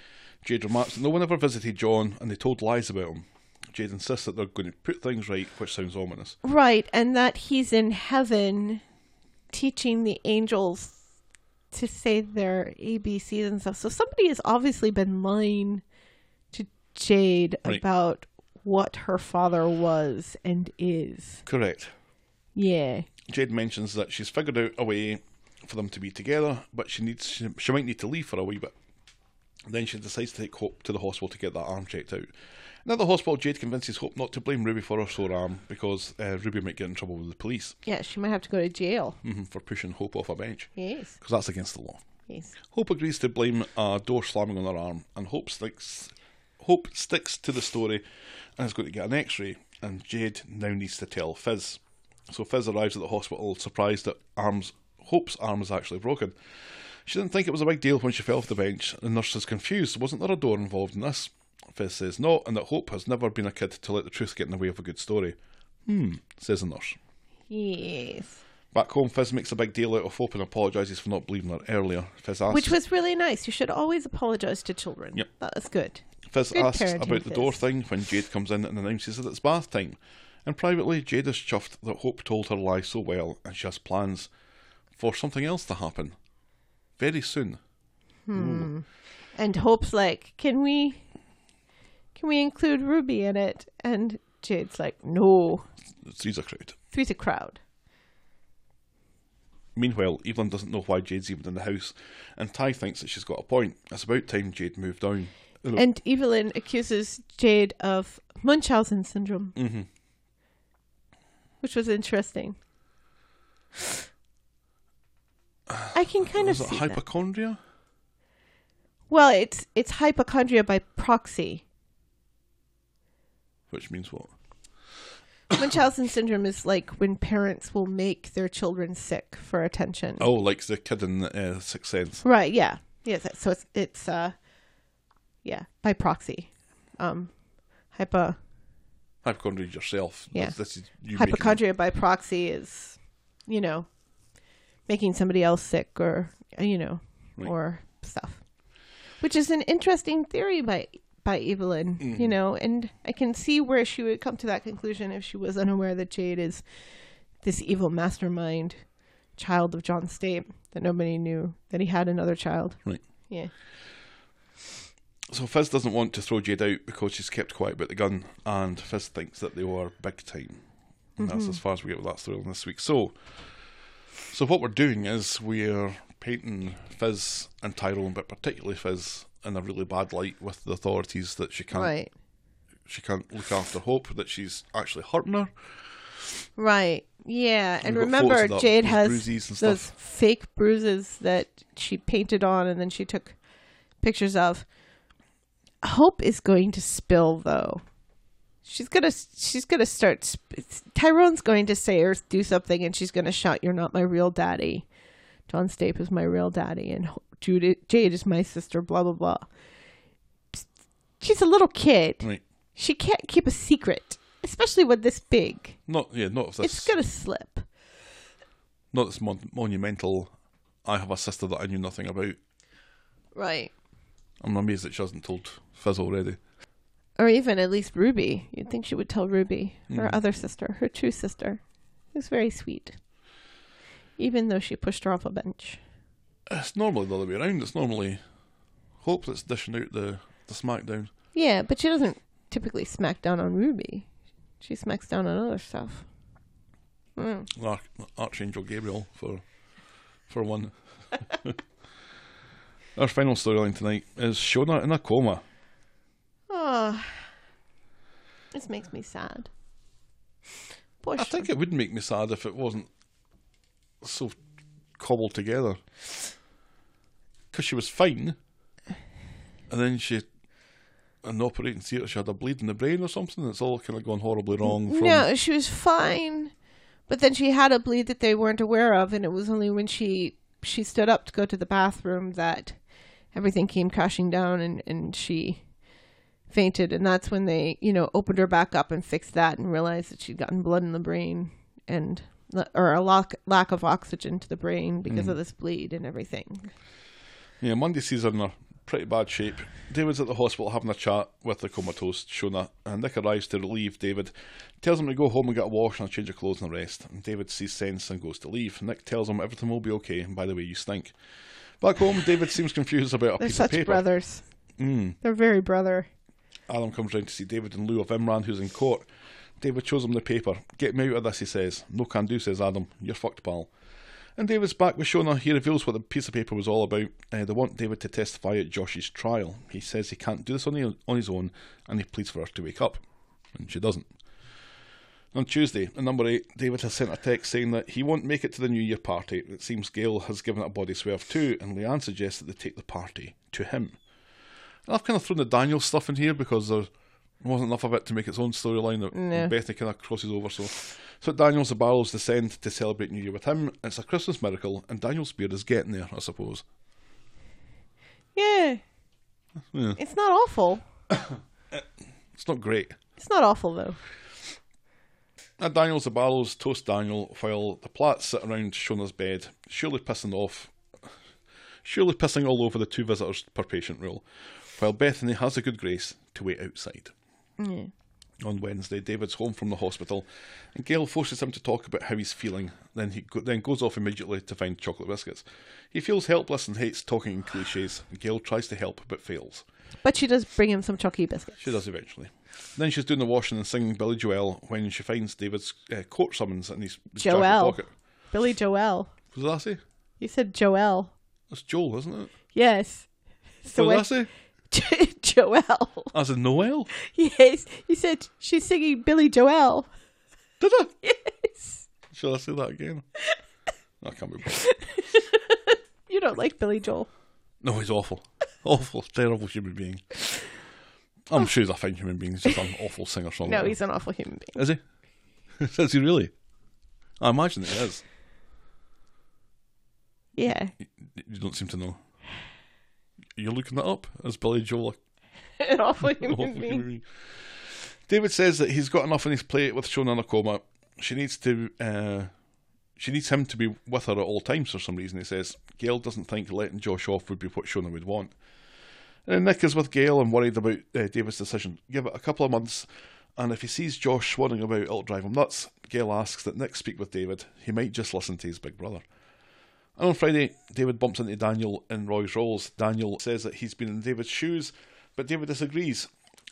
Jade remarks that no one ever visited John and they told lies about him. Jade insists that they're going to put things right, which sounds ominous. Right, and that he's in heaven teaching the angels to say their ABCs and stuff. So somebody has obviously been lying to Jade Right. about what her father was and is. Correct. Yeah. Jade mentions that she's figured out a way for them to be together, but she needs she, she might need to leave for a wee bit. Then she decides to take Hope to the hospital to get that arm checked out. And at the hospital, Jade convinces Hope not to blame Ruby for her sore arm because uh, Ruby might get in trouble with the police Yeah, she might have to go to jail. mhm, for pushing Hope off a bench. Yes. because that's against the law. Yes. Hope agrees to blame a door slamming on her arm, and Hope sticks. Hope sticks to the story, and is going to get an X-ray. And Jade now needs to tell Fizz. So Fizz arrives at the hospital, surprised that arms Hope's arm is actually broken. She didn't think it was a big deal when she fell off the bench. The nurse is confused. Wasn't there a door involved in this? Fizz says no, and that Hope has never been a kid to let the truth get in the way of a good story. Hmm, says the nurse. Yes. Back home, Fizz makes a big deal out of Hope and apologises for not believing her earlier. Fizz asks, Which was really nice. You should always apologize to children. Yep. That was good. Fizz Good asks parenting, about the door Fizz. thing when Jade comes in and announces that it's bath time. And privately, Jade is chuffed that Hope told her lie so well and she has plans for something else to happen very soon. And Hope's like, Can we can we include Ruby in it? And Jade's like, No. Three's a crowd. Three's a crowd. Meanwhile, Evelyn doesn't know why Jade's even in the house, and Ty thinks that she's got a point. It's about time Jade moved on. And Evelyn accuses Jade of Munchausen syndrome. Mm-hmm. Which was interesting. I can kind of Is it see that. hypochondria? Well, it's it's hypochondria by proxy. Which means what? Munchausen syndrome is like when parents will make their children sick for attention. Oh, like the kid in uh, Sixth Sense. Right, yeah. Yeah, that- so it's it's uh yeah, by proxy. Um hypo Hypochondria yourself. Yeah. This is you making- hypochondria by proxy is you know making somebody else sick or you know Right. or stuff. Which is an interesting theory by by Evelyn, Mm-hmm. you know, and I can see where she would come to that conclusion if she was unaware that Jade is this evil mastermind child of John State that nobody knew that he had another child. Right. Yeah. So Fizz doesn't want to throw Jade out because she's kept quiet about the gun, and Fizz thinks that they were big time. Mm-hmm. And that's as far as we get with that storyline this week. So, so what we're doing is we're painting Fizz and Tyrone, but particularly Fizz, in a really bad light with the authorities that she can't Right. she can't look after Hope, that she's actually hurting her. Right. Yeah. And We've got photos remember, of that- Jade those has bruises and those stuff. fake bruises that she painted on and then she took pictures of. Hope is going to spill, though. She's gonna. She's gonna start. Sp- Tyrone's going to say or do something, and she's gonna shout, "You're not my real daddy. John Stape is my real daddy, and Ho- Judy, Jade is my sister." Blah blah blah. She's a little kid. Right. She can't keep a secret, especially when this big. Not yeah, not if this It's gonna slip. not this mon- monumental. I have a sister that I knew nothing about. Right. I'm amazed that she hasn't told Fizz already. Or even at least Ruby. You'd think she would tell Ruby, her other sister, her true sister, who's very sweet. Even though she pushed her off a bench. It's normally the other way around. It's normally Hope that's dishing out the, the smackdown. Yeah, but she doesn't typically smack down on Ruby. She smacks down on other stuff. Mm. Arch- Archangel Gabriel for for one. Our final storyline tonight is Shona in a coma. Oh, this makes me sad. Poor I think it would make me sad if it wasn't so cobbled together. Because she was fine, and then she, in the operating theatre, she had a bleed in the brain or something. It's all kind of gone horribly wrong. From, No, she was fine, but then she had a bleed that they weren't aware of, and it was only when she she stood up to go to the bathroom that everything came crashing down, and and she fainted, and that's when they you know opened her back up and fixed that, and realized that she'd gotten blood in the brain and or a lack lack of oxygen to the brain because Mm. of this bleed and everything. Yeah, Monday sees her in a pretty bad shape. David's at the hospital having a chat with the comatose Shona, and Nick arrives to relieve David. Tells him to go home and get a wash and a change of clothes and rest. And David sees sense and goes to leave. Nick tells him everything will be okay, and by the way, you stink. Back home, David seems confused about a They're piece such of paper. brothers. Mm. They're very brother. Alan comes round to see David in lieu of Imran, who's in court. David shows him the paper. Get me out of this, he says. No can do, says Adam. You're fucked, pal. And David's back with Shona. He reveals what the piece of paper was all about. Uh, they want David to testify at Josh's trial. He says he can't do this on, the, on his own, and he pleads for her to wake up. And she doesn't. On Tuesday, at number eight, David has sent a text saying that he won't make it to the New Year party. It seems Gail has given it a body swerve too, and Leanne suggests that they take the party to him. And I've kind of thrown the Daniel stuff in here because there wasn't enough of it to make its own storyline. That No. Bethany kind of crosses over. So, so Daniel's the barrels descend to celebrate New Year with him. It's a Christmas miracle, and Daniel's beard is getting there, I suppose. Yeah. Yeah. It's not awful. It's not great. It's not awful though. At Daniel's, the barrels toast Daniel while the Platts sit around Shona's bed, surely pissing off, surely pissing all over the two visitors per patient rule, while Bethany has a good grace to wait outside. Yeah. On Wednesday, David's home from the hospital, and Gail forces him to talk about how he's feeling. Then he go- then goes off immediately to find chocolate biscuits. He feels helpless and hates talking in cliches. Gail tries to help but fails. But she does bring him some chalky biscuits. She does eventually. Then she's doing the washing and singing Billy Joel when she finds David's uh, court summons in his, his jacket Joel. pocket. Billy Joel. Was that say? You said Joel. That's Joel, isn't it? Yes. So was when- that say? Joel. As in Noel? Yes. You said she's singing Billy Joel. Did I? Yes. Shall I say that again? I can't be. bothered. You don't like Billy Joel. No, he's awful. awful, terrible human being. I'm sure he's a fine human being. He's just an awful singer songwriter. Oh. No, he's an awful human being. Is he? is he really? I imagine that he is. Yeah. You don't seem to know. You're looking that up as Billy Joel. An awful a awful human human being. being? David says that he's got enough on his plate with Shona in a coma. She needs to. Uh, she needs him to be with her at all times for some reason. He says Gail doesn't think letting Josh off would be what Shona would want. And then Nick is with Gail and worried about uh, David's decision. Give it a couple of months, and if he sees Josh swanning about, it'll drive him nuts. Gail asks that Nick speak with David. He might just listen to his big brother. And on Friday, David bumps into Daniel in Roy's Rolls. Daniel says that he's been in David's shoes, but David disagrees.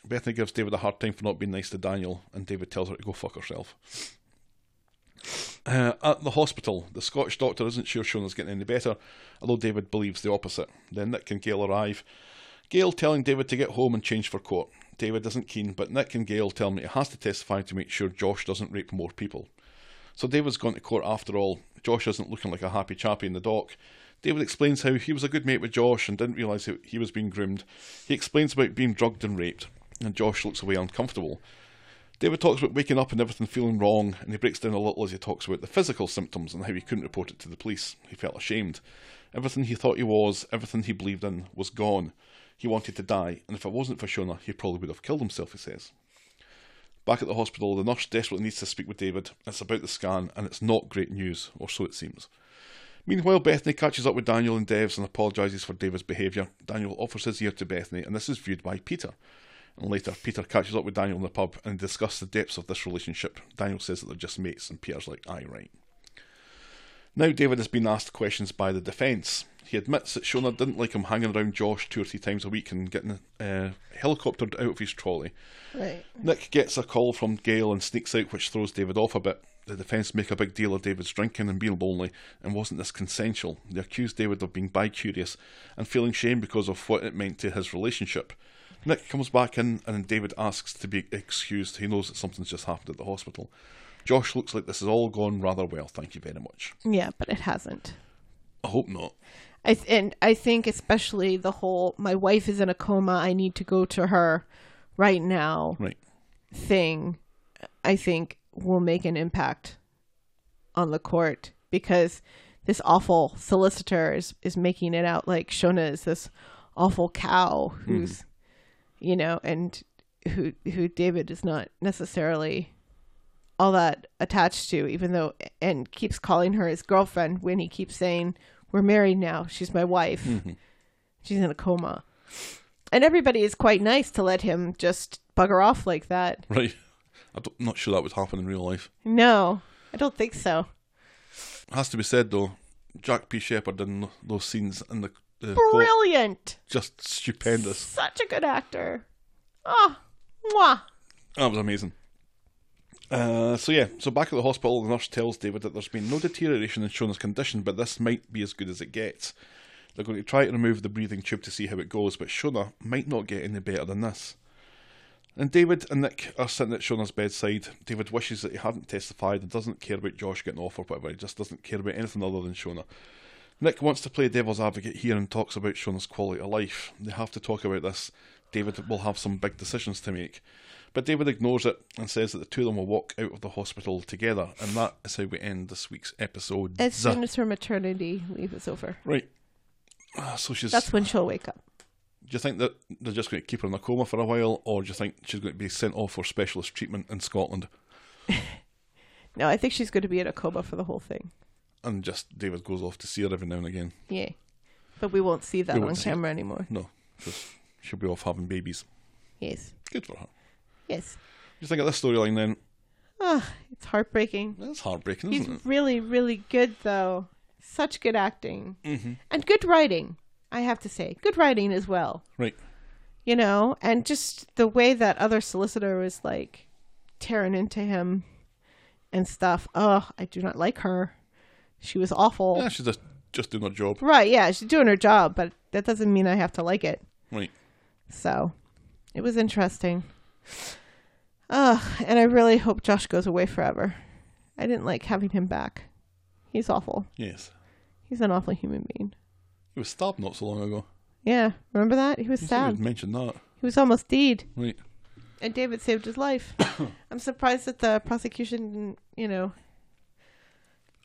Bethany gives David a hard time for not being nice to Daniel, and David tells her to go fuck herself. Uh, at the hospital, the Scottish doctor isn't sure Shona's getting any better, although David believes the opposite. Then Nick and Gail arrive. Gail telling David to get home and change for court. David isn't keen, but Nick and Gail tell him he has to testify to make sure Josh doesn't rape more people. So David's gone to court after all. Josh isn't looking like a happy chappy in the dock. David explains how he was a good mate with Josh and didn't realise how he was being groomed. He explains about being drugged and raped, and Josh looks away uncomfortable. David talks about waking up and everything feeling wrong, and he breaks down a little as he talks about the physical symptoms and how he couldn't report it to the police. He felt ashamed. Everything he thought he was, everything he believed in, was gone. He wanted to die, and if it wasn't for Shona, he probably would have killed himself, he says. Back at the hospital, the nurse desperately needs to speak with David. It's about the scan, and it's not great news, or so it seems. Meanwhile, Bethany catches up with Daniel and Devs and apologises for David's behaviour. Daniel offers his ear to Bethany, and this is viewed by Peter. And later, Peter catches up with Daniel in the pub and discusses the depths of this relationship. Daniel says that they're just mates, and Peter's like, aye, right. Now David has been asked questions by the defence. He admits that Shona didn't like him hanging around Josh two or three times a week and getting uh, helicoptered out of his trolley. Right. Nick gets a call from Gail and sneaks out, which throws David off a bit. The defence make a big deal of David's drinking and being lonely, and wasn't this consensual? They accuse David of being bi curious and feeling shame because of what it meant to his relationship. Nick comes back in, and David asks to be excused. He knows that something's just happened at the hospital. Josh looks like this has all gone rather well, thank you very much. Yeah, but it hasn't. I hope not. I th- and I think especially the whole my wife is in a coma, I need to go to her right now Right. thing I think will make an impact on the court because this awful solicitor is, is making it out like Shona is this awful cow who's you know and who who David is not necessarily all that attached to even though and keeps calling her his girlfriend when he keeps saying we're married now she's my wife she's in a coma and everybody is quite nice to let him just bugger off like that Right. I'm not sure that would happen in real life. no, I don't think so. Has to be said, though, Jack P. Shepard in those scenes in the. the court- Brilliant. just stupendous. Such a good actor. Ah, mwah. That was amazing. Uh, so yeah, so back at the hospital, the nurse tells David that there's been no deterioration in Shona's condition, but this might be as good as it gets. They're going to try to remove the breathing tube to see how it goes, but Shona might not get any better than this. And David and Nick are sitting at Shona's bedside. David wishes that he hadn't testified and doesn't care about Josh getting off or whatever. He just doesn't care about anything other than Shona. Nick wants to play devil's advocate here and talks about Shona's quality of life. They have to talk about this. David will have some big decisions to make. But David ignores it and says that the two of them will walk out of the hospital together. And that is how we end this week's episode. As soon as her maternity leave is over, right. Ah, So she's. that's when she'll wake up. Do you think that they're just going to keep her in a coma for a while, or do you think she's going to be sent off for specialist treatment in Scotland? No, I think she's going to be in a coma for the whole thing. And just David goes off to see her every now and again. Yay. But we won't see that We on won't see it. camera anymore. No, 'cause she'll be off having babies. Yes. Good for her. What Yes. do you think of this storyline then? Ah, it's heartbreaking. That's heartbreaking, He's isn't it? really, really good, though. Such good acting. Mm-hmm. And good writing, I have to say. Good writing as well. Right. you know, and just the way that other solicitor was like tearing into him and stuff. Oh, I do not like her. She was awful. Yeah, she's just just doing her job. Right, yeah, she's doing her job, but that doesn't mean I have to like it. Right. So it was interesting. Ugh, and I really hope Josh goes away forever. I didn't like having him back. He's awful. Yes. He's an awful human being. He was stabbed not so long ago. Yeah, remember that? He was Somebody stabbed. mentioned that. He was almost dead, Right. and David saved his life. I'm surprised that the prosecution, didn't, you know,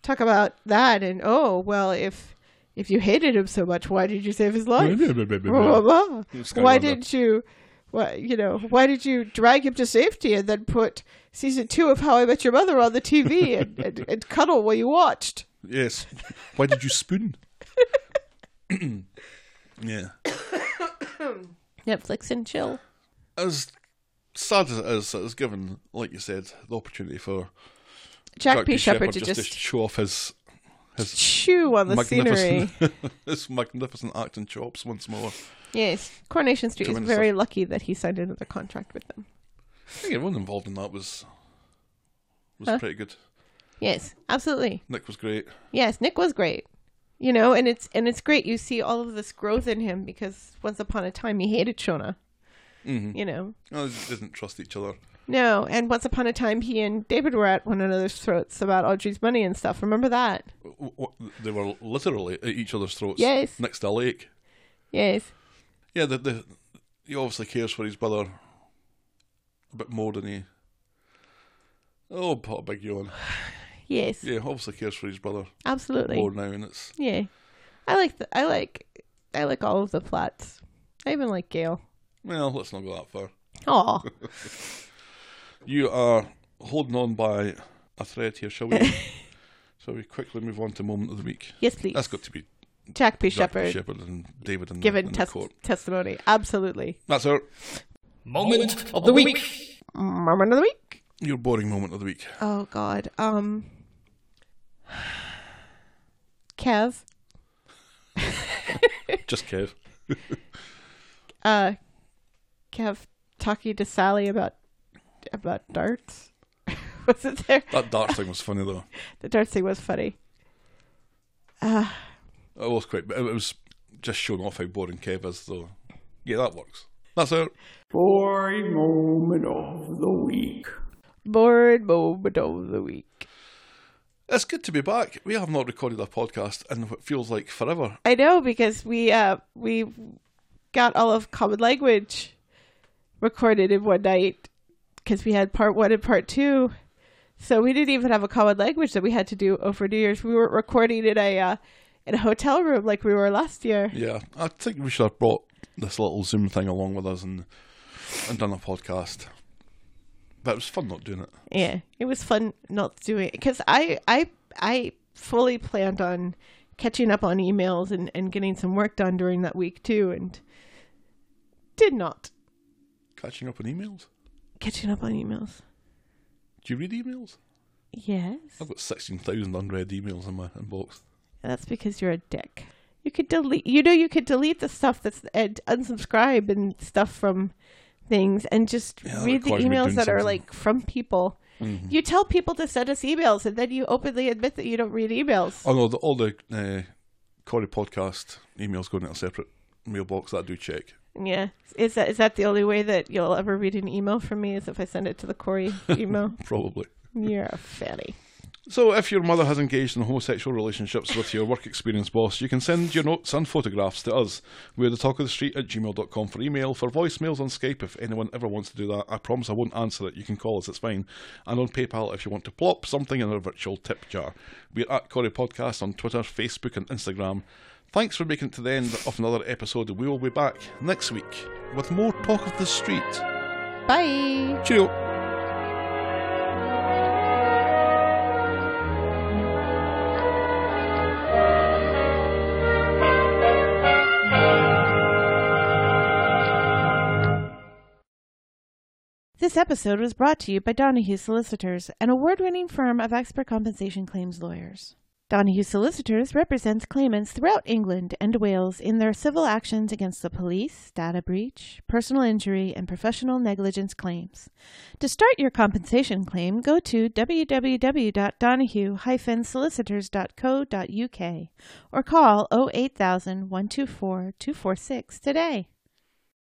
talk about that and oh well, if if you hated him so much, why did you save his life? blah, blah, blah. It's kinda Why like didn't you, why, you know, why did you drag him to safety and then put season two of How I Met Your Mother on the TV and, and, and cuddle while you watched? Yes. Why did you spoon? yeah. Netflix and chill. As sad as it is, it has given, like you said, the opportunity for Jack, Jack P. Shepherd to just, just, to show off his his chew on the scenery. magnificent his magnificent acting chops once more. yes, Coronation Street is Tremendous very lucky that he signed another contract with them. I think everyone involved in that was was Huh? pretty good. Yes, absolutely. Nick was great. Yes, Nick was great. You know, and it's and it's great you see all of this growth in him because once upon a time he hated Shona. You know. Oh, they didn't trust each other. No, and once upon a time he and David were at one another's throats about Audrey's money and stuff. Remember that? W- w- They were literally at each other's throats. Yes. Next to a lake. Yes. Yeah, the, the he obviously cares for his brother a bit more than he. Oh, put a big yawn. Yes. Yeah, obviously cares for his brother Absolutely. more now, and it's Yeah. I like the, I like I like all of the plots. I even like Gail. well, let's not go that far. Aw. You are holding on by a thread here, shall we? shall we quickly move on to moment of the week? yes, please. That's got to be Jack P. Jack Shepherd Shepherd and David and given the, and the tes- court. testimony. Absolutely. That's our Moment of the week. Moment of the week. your boring moment of the week. Oh God. Um. Kev. Just Kev. Uh. Kev talking to Sally about about darts. was it there? That dart thing was funny though. The darts thing was funny. Uh, It was quite. It was just showing off how boring Kev is though. Yeah, that works. That's our Boring moment of the week. Bored moment of the week. It's good to be back. We have not recorded a podcast in what feels like forever. I know because we uh we got all of common language recorded in one night because we had part one and part two. So we didn't even have a common language that we had to do over New Year's. We were recording in a uh, in a hotel room like we were last year. Yeah, I think we should have brought this little Zoom thing along with us and and done a podcast. But it was fun not doing it. Yeah, it was fun not doing because I I I fully planned on catching up on emails and and getting some work done during that week too, and did not Catching up on emails. catching up on emails. Do you read emails? Yes. I've got sixteen thousand unread emails in my inbox. And That's because you're a dick. You could delete. You know, you could delete the stuff that's and unsubscribe and stuff from things, and just Yeah, that read the requires me emails doing that are something. Mm-hmm. like from people. You tell people to send us emails, and then you openly admit that you don't read emails. Oh no, the, all the uh, Corey podcast emails go into a separate mailbox that I do check. Yeah, is that is that the only way that you'll ever read an email from me? Is if I send it to the Corey email? Probably. you're a fatty. So, if your mother has engaged in homosexual relationships with your work experience boss, you can send your notes and photographs to us. We're the talk of the street at gmail.com for email, for voicemails on Skype if anyone ever wants to do that. I promise I won't answer it. You can call us, it's fine. And on PayPal if you want to plop something in our virtual tip jar. We're at Corey Podcast on Twitter, Facebook, and Instagram. Thanks for making it to the end of another episode. We will be back next week with more Talk of the Street. Bye. Cheerio. This episode was brought to you by Donahue Solicitors, an award winning firm of expert compensation claims lawyers. Donahue Solicitors represents claimants throughout England and Wales in their civil actions against the police, data breach, personal injury, and professional negligence claims. To start your compensation claim, go to oh www.donahue-solicitors.co.uk or call 08000 124 246 today.